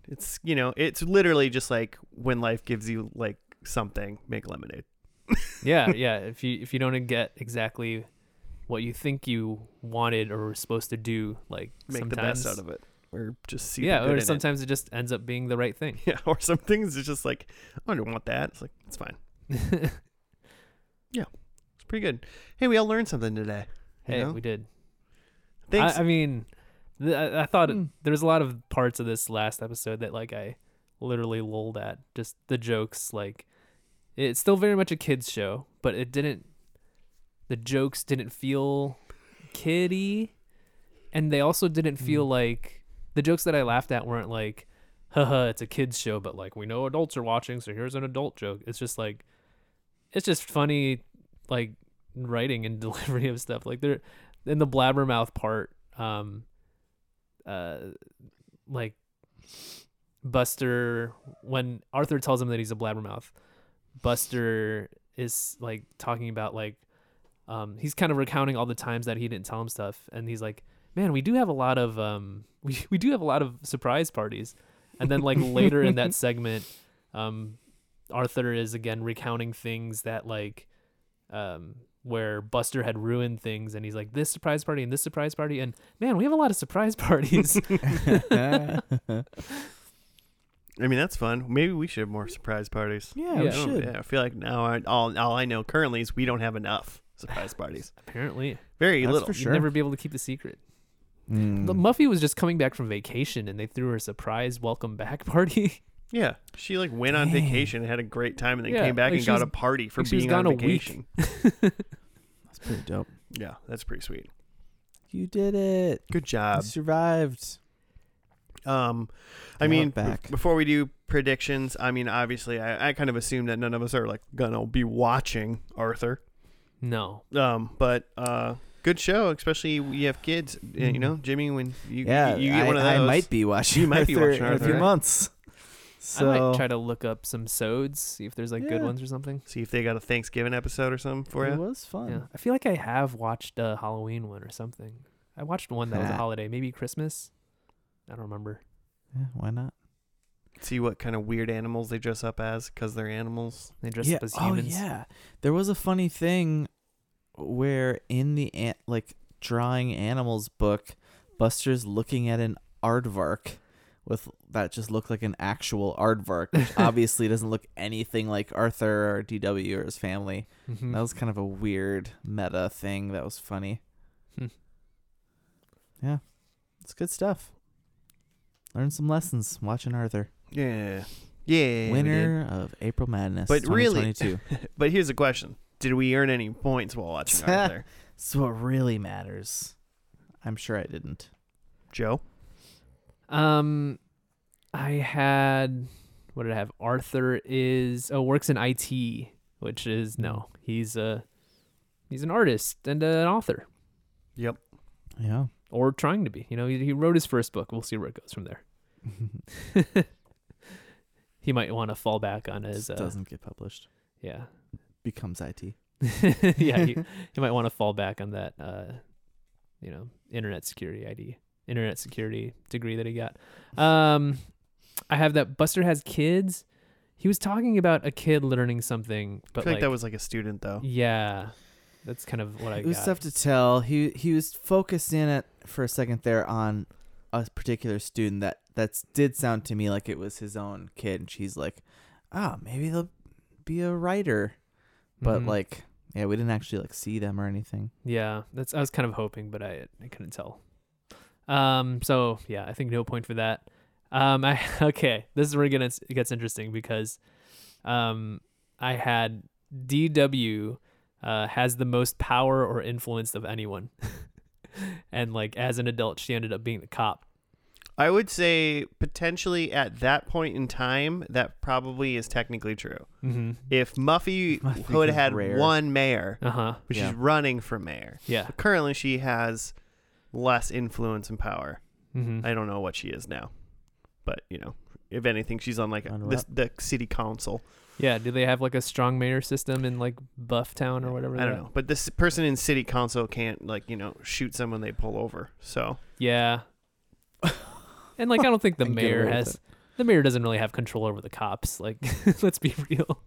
Speaker 1: It's you know, it's literally just like when life gives you like something, make lemonade.
Speaker 2: Yeah. Yeah. if you if you don't get exactly what you think you wanted or were supposed to do, like
Speaker 1: Make
Speaker 2: sometimes,
Speaker 1: the best out of it. Or just see
Speaker 2: yeah,
Speaker 1: the good
Speaker 2: or
Speaker 1: in it.
Speaker 2: sometimes it. just ends up being the right thing.
Speaker 1: Yeah, or some things it's just like, I don't want that. It's like, it's fine.
Speaker 2: hey,
Speaker 1: It's pretty good. Hey, we all learned something today. you know?
Speaker 2: we did.
Speaker 1: Thanks.
Speaker 2: I, I mean, th- I, I thought
Speaker 3: Hmm.
Speaker 2: there was a lot of parts of this last episode that like I literally lulled at just the jokes. Like it's still very much a kids show, but it didn't. The jokes didn't feel kiddie, and they also didn't feel like the jokes that I laughed at weren't like, haha, it's a kids show, but like we know adults are watching, so here's an adult joke. It's just like, it's just funny, like writing and delivery of stuff. Like there, in the blabbermouth part, um, uh, like Buster when Arthur tells him that he's a blabbermouth, Buster is like talking about like um he's kind of recounting all the times that he didn't tell him stuff and he's like, Man, we do have a lot of um we, we do have a lot of surprise parties. And then like later in that segment, um Arthur is again recounting things that like um where Buster had ruined things and he's like this surprise party and this surprise party and man, we have a lot of surprise parties.
Speaker 3: yeah,
Speaker 1: I mean, that's fun. Maybe we should have more surprise parties.
Speaker 3: we
Speaker 2: Yeah.
Speaker 1: I don't-
Speaker 3: should.
Speaker 1: yeah, I feel like now I, all all I know currently is we don't have enough surprise parties.
Speaker 2: Apparently.
Speaker 1: Very
Speaker 3: That's
Speaker 1: little.
Speaker 3: for
Speaker 2: You'd
Speaker 3: sure.
Speaker 2: never be able to keep the secret.
Speaker 3: Mm.
Speaker 2: The Muffy was just coming back from vacation, and they threw her a surprise welcome back party.
Speaker 1: Yeah, she like went on
Speaker 3: Dang.
Speaker 1: vacation and had a great time, and then
Speaker 2: Yeah,
Speaker 1: came back
Speaker 2: like
Speaker 1: and
Speaker 2: she
Speaker 1: got
Speaker 2: was-
Speaker 1: a party for
Speaker 2: like she was
Speaker 1: being
Speaker 2: gone
Speaker 1: on
Speaker 2: a week.
Speaker 1: vacation.
Speaker 3: That's pretty dope.
Speaker 1: Yeah, that's pretty sweet.
Speaker 3: You did it.
Speaker 1: Good
Speaker 3: You
Speaker 1: job.
Speaker 3: survived.
Speaker 1: Um,
Speaker 3: Got
Speaker 1: I mean,
Speaker 3: it back.
Speaker 1: bef- before we do predictions, I mean, obviously, I, I kind of assume that none of us are like gonna be watching Arthur.
Speaker 2: no,
Speaker 1: Um, but uh, Good show, especially you have kids. eh, You know, Jimmy, when you
Speaker 3: Mm-hmm. yeah,
Speaker 1: you, you get
Speaker 3: I,
Speaker 1: one of
Speaker 3: I
Speaker 1: those.
Speaker 3: might be watching.
Speaker 1: You might be
Speaker 3: Arthur
Speaker 1: watching
Speaker 3: in a
Speaker 1: Arthur,
Speaker 3: few
Speaker 1: right?
Speaker 3: months. So
Speaker 2: I might try to look up some sods, see if there's like good
Speaker 3: Yeah.
Speaker 2: ones or something.
Speaker 1: See if they got a Thanksgiving episode or something for
Speaker 3: it
Speaker 1: you.
Speaker 3: was fun.
Speaker 2: Yeah, I feel like I have watched a Halloween one or something. I watched one that was a
Speaker 3: Nah.
Speaker 2: holiday, maybe Christmas. I don't remember.
Speaker 3: Yeah, why not?
Speaker 1: See what kind of weird animals they dress up as because they're animals.
Speaker 2: They dressed
Speaker 3: yeah.
Speaker 2: up as
Speaker 3: oh
Speaker 2: humans.
Speaker 3: yeah. There was a funny thing where in the an- like drawing animals book, Buster's looking at an aardvark with that just looked like an actual aardvark, which obviously doesn't look anything like Arthur or DW or his family.
Speaker 2: Mhm.
Speaker 3: That was kind of a weird meta thing that was funny.
Speaker 2: Hmm.
Speaker 3: Yeah. It's good stuff. Learn some lessons watching Arthur.
Speaker 1: Yeah, yeah. we did.
Speaker 3: Winner of April Madness.
Speaker 1: But really-
Speaker 3: 2022.
Speaker 1: But here's a question: Did we earn any points while watching Arthur?
Speaker 3: This is what really matters. I'm sure I didn't.
Speaker 1: Joe,
Speaker 2: Um, I had what did I have? Arthur is oh works in IT, which is no,
Speaker 3: Hmm.
Speaker 2: he's a he's an artist and an author,
Speaker 3: Yeah.
Speaker 2: or trying to be. You know, he, he wrote his first book. We'll see where it goes from there. he might want to fall back on his
Speaker 3: Just
Speaker 2: uh,
Speaker 3: doesn't get published.
Speaker 2: yeah
Speaker 3: Becomes IT.
Speaker 2: yeah he, he might want to fall back on that uh you know internet security ID internet security degree that he got. Um, I have that Buster has kids. He was talking about a kid learning something,
Speaker 1: I
Speaker 2: but
Speaker 1: feel like,
Speaker 2: like,
Speaker 1: that was like a student though.
Speaker 2: yeah, that's kind of what I
Speaker 3: It was
Speaker 2: got.
Speaker 3: tough to tell. He he was focused in it for a second there on a particular student that that did sound to me like it was his own kid, and she's like, "Ah, maybe they'll be a writer," but
Speaker 2: Mhm.
Speaker 3: like, yeah, we didn't actually like see them or anything.
Speaker 2: yeah, that's I was kind of hoping, but I I couldn't tell. Um, so yeah, I think no point for that. Um, I okay, this is where it gets it gets interesting because, um, I had DW uh, has the most power or influence of anyone, and like as an adult, she ended up being the cop.
Speaker 1: I would say potentially at that point in time, that probably is technically true.
Speaker 2: Mm-hmm.
Speaker 1: If Muffy
Speaker 3: Muffy
Speaker 1: would
Speaker 3: is
Speaker 1: have had
Speaker 3: rare.
Speaker 1: one mayor,
Speaker 2: Uh huh.
Speaker 1: but
Speaker 3: Yeah.
Speaker 1: she's running for mayor.
Speaker 2: Yeah.
Speaker 1: Currently, she has less influence and power.
Speaker 2: Mm-hmm.
Speaker 1: I don't know what she is now, but you know, if anything, she's on like
Speaker 3: Runner
Speaker 1: the, the city council.
Speaker 2: Yeah. Do they have like a strong mayor system in like Bufftown or whatever?
Speaker 1: I don't
Speaker 2: that-
Speaker 1: know, but this person in city council can't like you know shoot someone they pull over. So
Speaker 2: Yeah. and like I don't think the
Speaker 3: And get
Speaker 2: mayor
Speaker 3: away with
Speaker 2: has the mayor doesn't really have control over the cops. Like let's be real.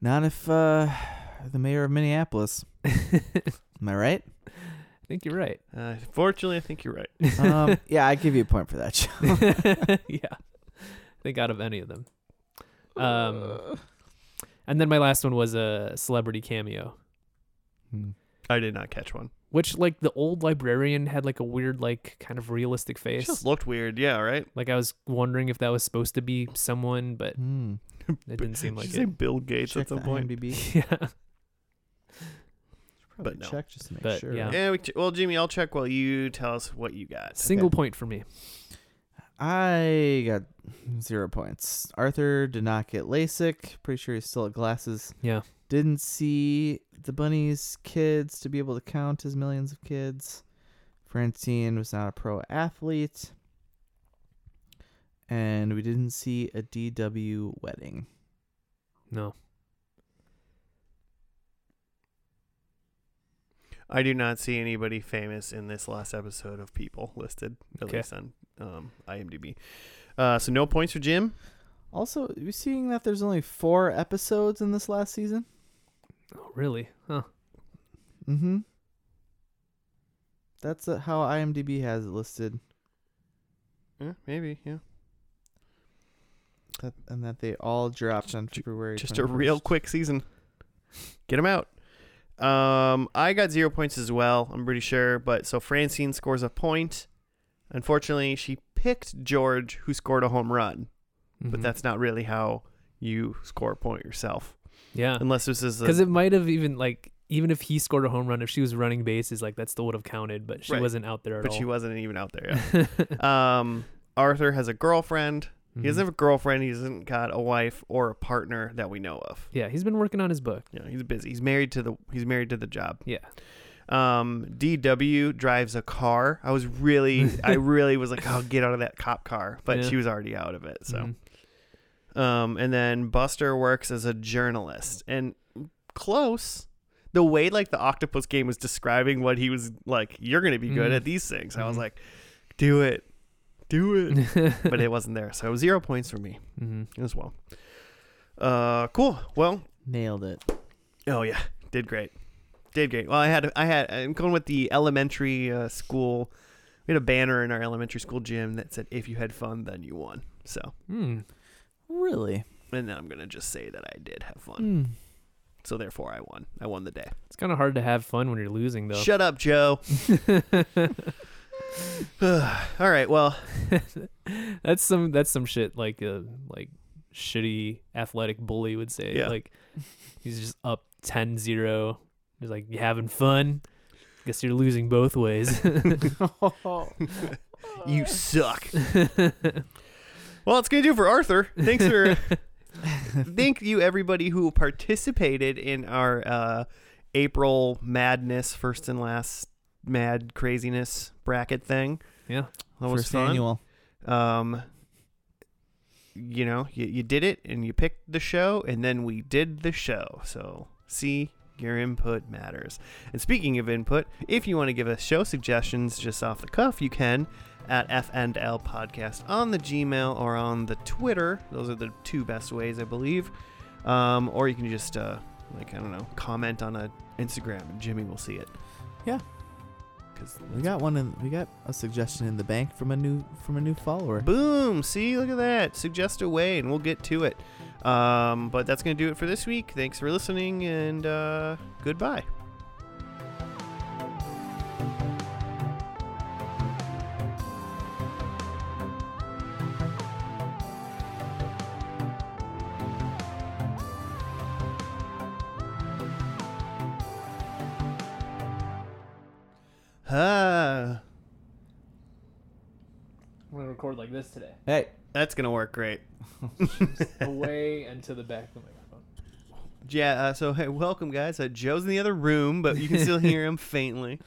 Speaker 3: Not if uh, the mayor of Minneapolis.
Speaker 2: I
Speaker 3: Am I right?
Speaker 2: think you're right.
Speaker 1: uh, fortunately, I think you're right.
Speaker 3: um, yeah, I give you a point for that. Joe.
Speaker 2: yeah. I think out of any of them. Um and then my last one was a celebrity cameo,
Speaker 3: Hmm.
Speaker 1: I did not catch one.
Speaker 2: which like the old librarian had like a weird like kind of realistic
Speaker 1: It
Speaker 2: face.
Speaker 1: just looked weird. Yeah, right.
Speaker 2: like I was wondering if that was supposed to be someone, but
Speaker 3: Hmm.
Speaker 2: it didn't seem
Speaker 1: Did
Speaker 2: like
Speaker 1: you say
Speaker 2: it.
Speaker 1: Bill Gates
Speaker 3: Check
Speaker 1: at some
Speaker 3: the
Speaker 1: point.
Speaker 3: IMDb.
Speaker 2: Yeah.
Speaker 3: Probably
Speaker 1: But no.
Speaker 3: Check just to make
Speaker 2: But,
Speaker 3: sure.
Speaker 2: yeah.
Speaker 1: Yeah, we ch- well, Jimmy, I'll check while you tell us what you got.
Speaker 2: Single point for me.
Speaker 3: I got zero points. Arthur did not get LASIK. Pretty sure he's still at glasses.
Speaker 2: Yeah.
Speaker 3: Didn't see the bunny's kids to be able to count his millions of kids. Francine was not a pro athlete. And we didn't see a DW wedding.
Speaker 2: No.
Speaker 1: I do not see anybody famous in this last episode of people listed, at
Speaker 2: Okay.
Speaker 1: least on um, IMDb. Uh, so no points for Jim.
Speaker 3: Also, you seeing that there's only four episodes in this last season?
Speaker 2: Oh, really? Huh.
Speaker 3: Mm-hmm. That's uh, how IMDb has it listed,
Speaker 1: Yeah, maybe. Yeah.
Speaker 3: that, and that they all dropped on
Speaker 1: Ju-
Speaker 3: February.
Speaker 1: Just a real quick season. Get him out. Um, I got zero points as well. I'm pretty sure, but so Francine scores a point. Unfortunately, she picked George, who scored a home run, but
Speaker 2: Mhm.
Speaker 1: that's not really how you score a point yourself,
Speaker 2: yeah.
Speaker 1: unless this is a
Speaker 2: Because it might have even like even if he scored a home run, if she was running bases, like that still would have counted. But she
Speaker 1: Right.
Speaker 2: wasn't out there at
Speaker 1: but
Speaker 2: all.
Speaker 1: she Uh, wasn't even out there yet. um, Arthur has a girlfriend. He doesn't
Speaker 2: Mhm.
Speaker 1: have a girlfriend. He hasn't got a wife or a partner that we know of.
Speaker 2: Yeah, he's been working on his book.
Speaker 1: You know, he's busy. He's married to the he's married to the job.
Speaker 2: Yeah.
Speaker 1: Um, DW drives a car. I was really, I really was like, oh, get out of that cop car, but
Speaker 2: Yeah.
Speaker 1: she was already out of it. So,
Speaker 2: Mhm.
Speaker 1: um, and then Buster works as a journalist, and close. The way like the octopus game was describing what he was like, you're gonna be good
Speaker 2: Mhm.
Speaker 1: at these things. I was
Speaker 2: Mhm.
Speaker 1: like, do it, do
Speaker 2: Mm-hmm.
Speaker 1: it. but it wasn't there, so zero points for me
Speaker 2: Mhm.
Speaker 1: as well. Uh, cool. Well,
Speaker 3: Nailed it.
Speaker 1: Oh yeah, did great, did great. Well, I had I had I'm going with the elementary uh, school. We had a banner in our elementary school gym that said, "If you had fun, then you won." So,
Speaker 2: Mm.
Speaker 3: Really?
Speaker 1: and then I'm gonna just say that I did have fun.
Speaker 2: Mm.
Speaker 1: So therefore, I won. I won the day.
Speaker 2: It's kind of hard to have fun when you're losing, though.
Speaker 1: Shut up, Joe. All right. Well,
Speaker 2: that's some that's some shit like a like shitty athletic bully would say.
Speaker 1: Yeah.
Speaker 2: Like he's just up 10-0. He's like, "You having fun? Guess you're losing both ways."
Speaker 1: you suck. well, it's gonna do for Arthur. Thanks for thank you everybody who participated in our uh, April madness, first and last mad craziness bracket thing.
Speaker 2: yeah.
Speaker 1: That was
Speaker 3: First
Speaker 1: fun.
Speaker 3: annual.
Speaker 1: Um, you know, you, you did it and you picked the show, and then we did the show. So, see, your input matters. And speaking of input, if you want to give us show suggestions just off the cuff, you can at FNL Podcast on the Gmail or on the Twitter. Those are the two best ways, I believe. Um, or you can just, uh, like, I don't know, comment on a Instagram and Jimmy will see it.
Speaker 3: Yeah.
Speaker 1: Because
Speaker 3: We got one in we got a suggestion in the bank from a new from a new follower.
Speaker 1: Boom! See, look at that. Suggest a way, and we'll get to it. Um, but that's going to do it for this week. Thanks for listening, and uh, goodbye. Ah,
Speaker 2: I'm gonna record like this today,
Speaker 3: Hey.
Speaker 1: that's going to work great.
Speaker 2: away and to the back of the microphone.
Speaker 1: Yeah, uh, so hey, welcome guys. Uh, Joe's in the other room, but you can still hear him faintly.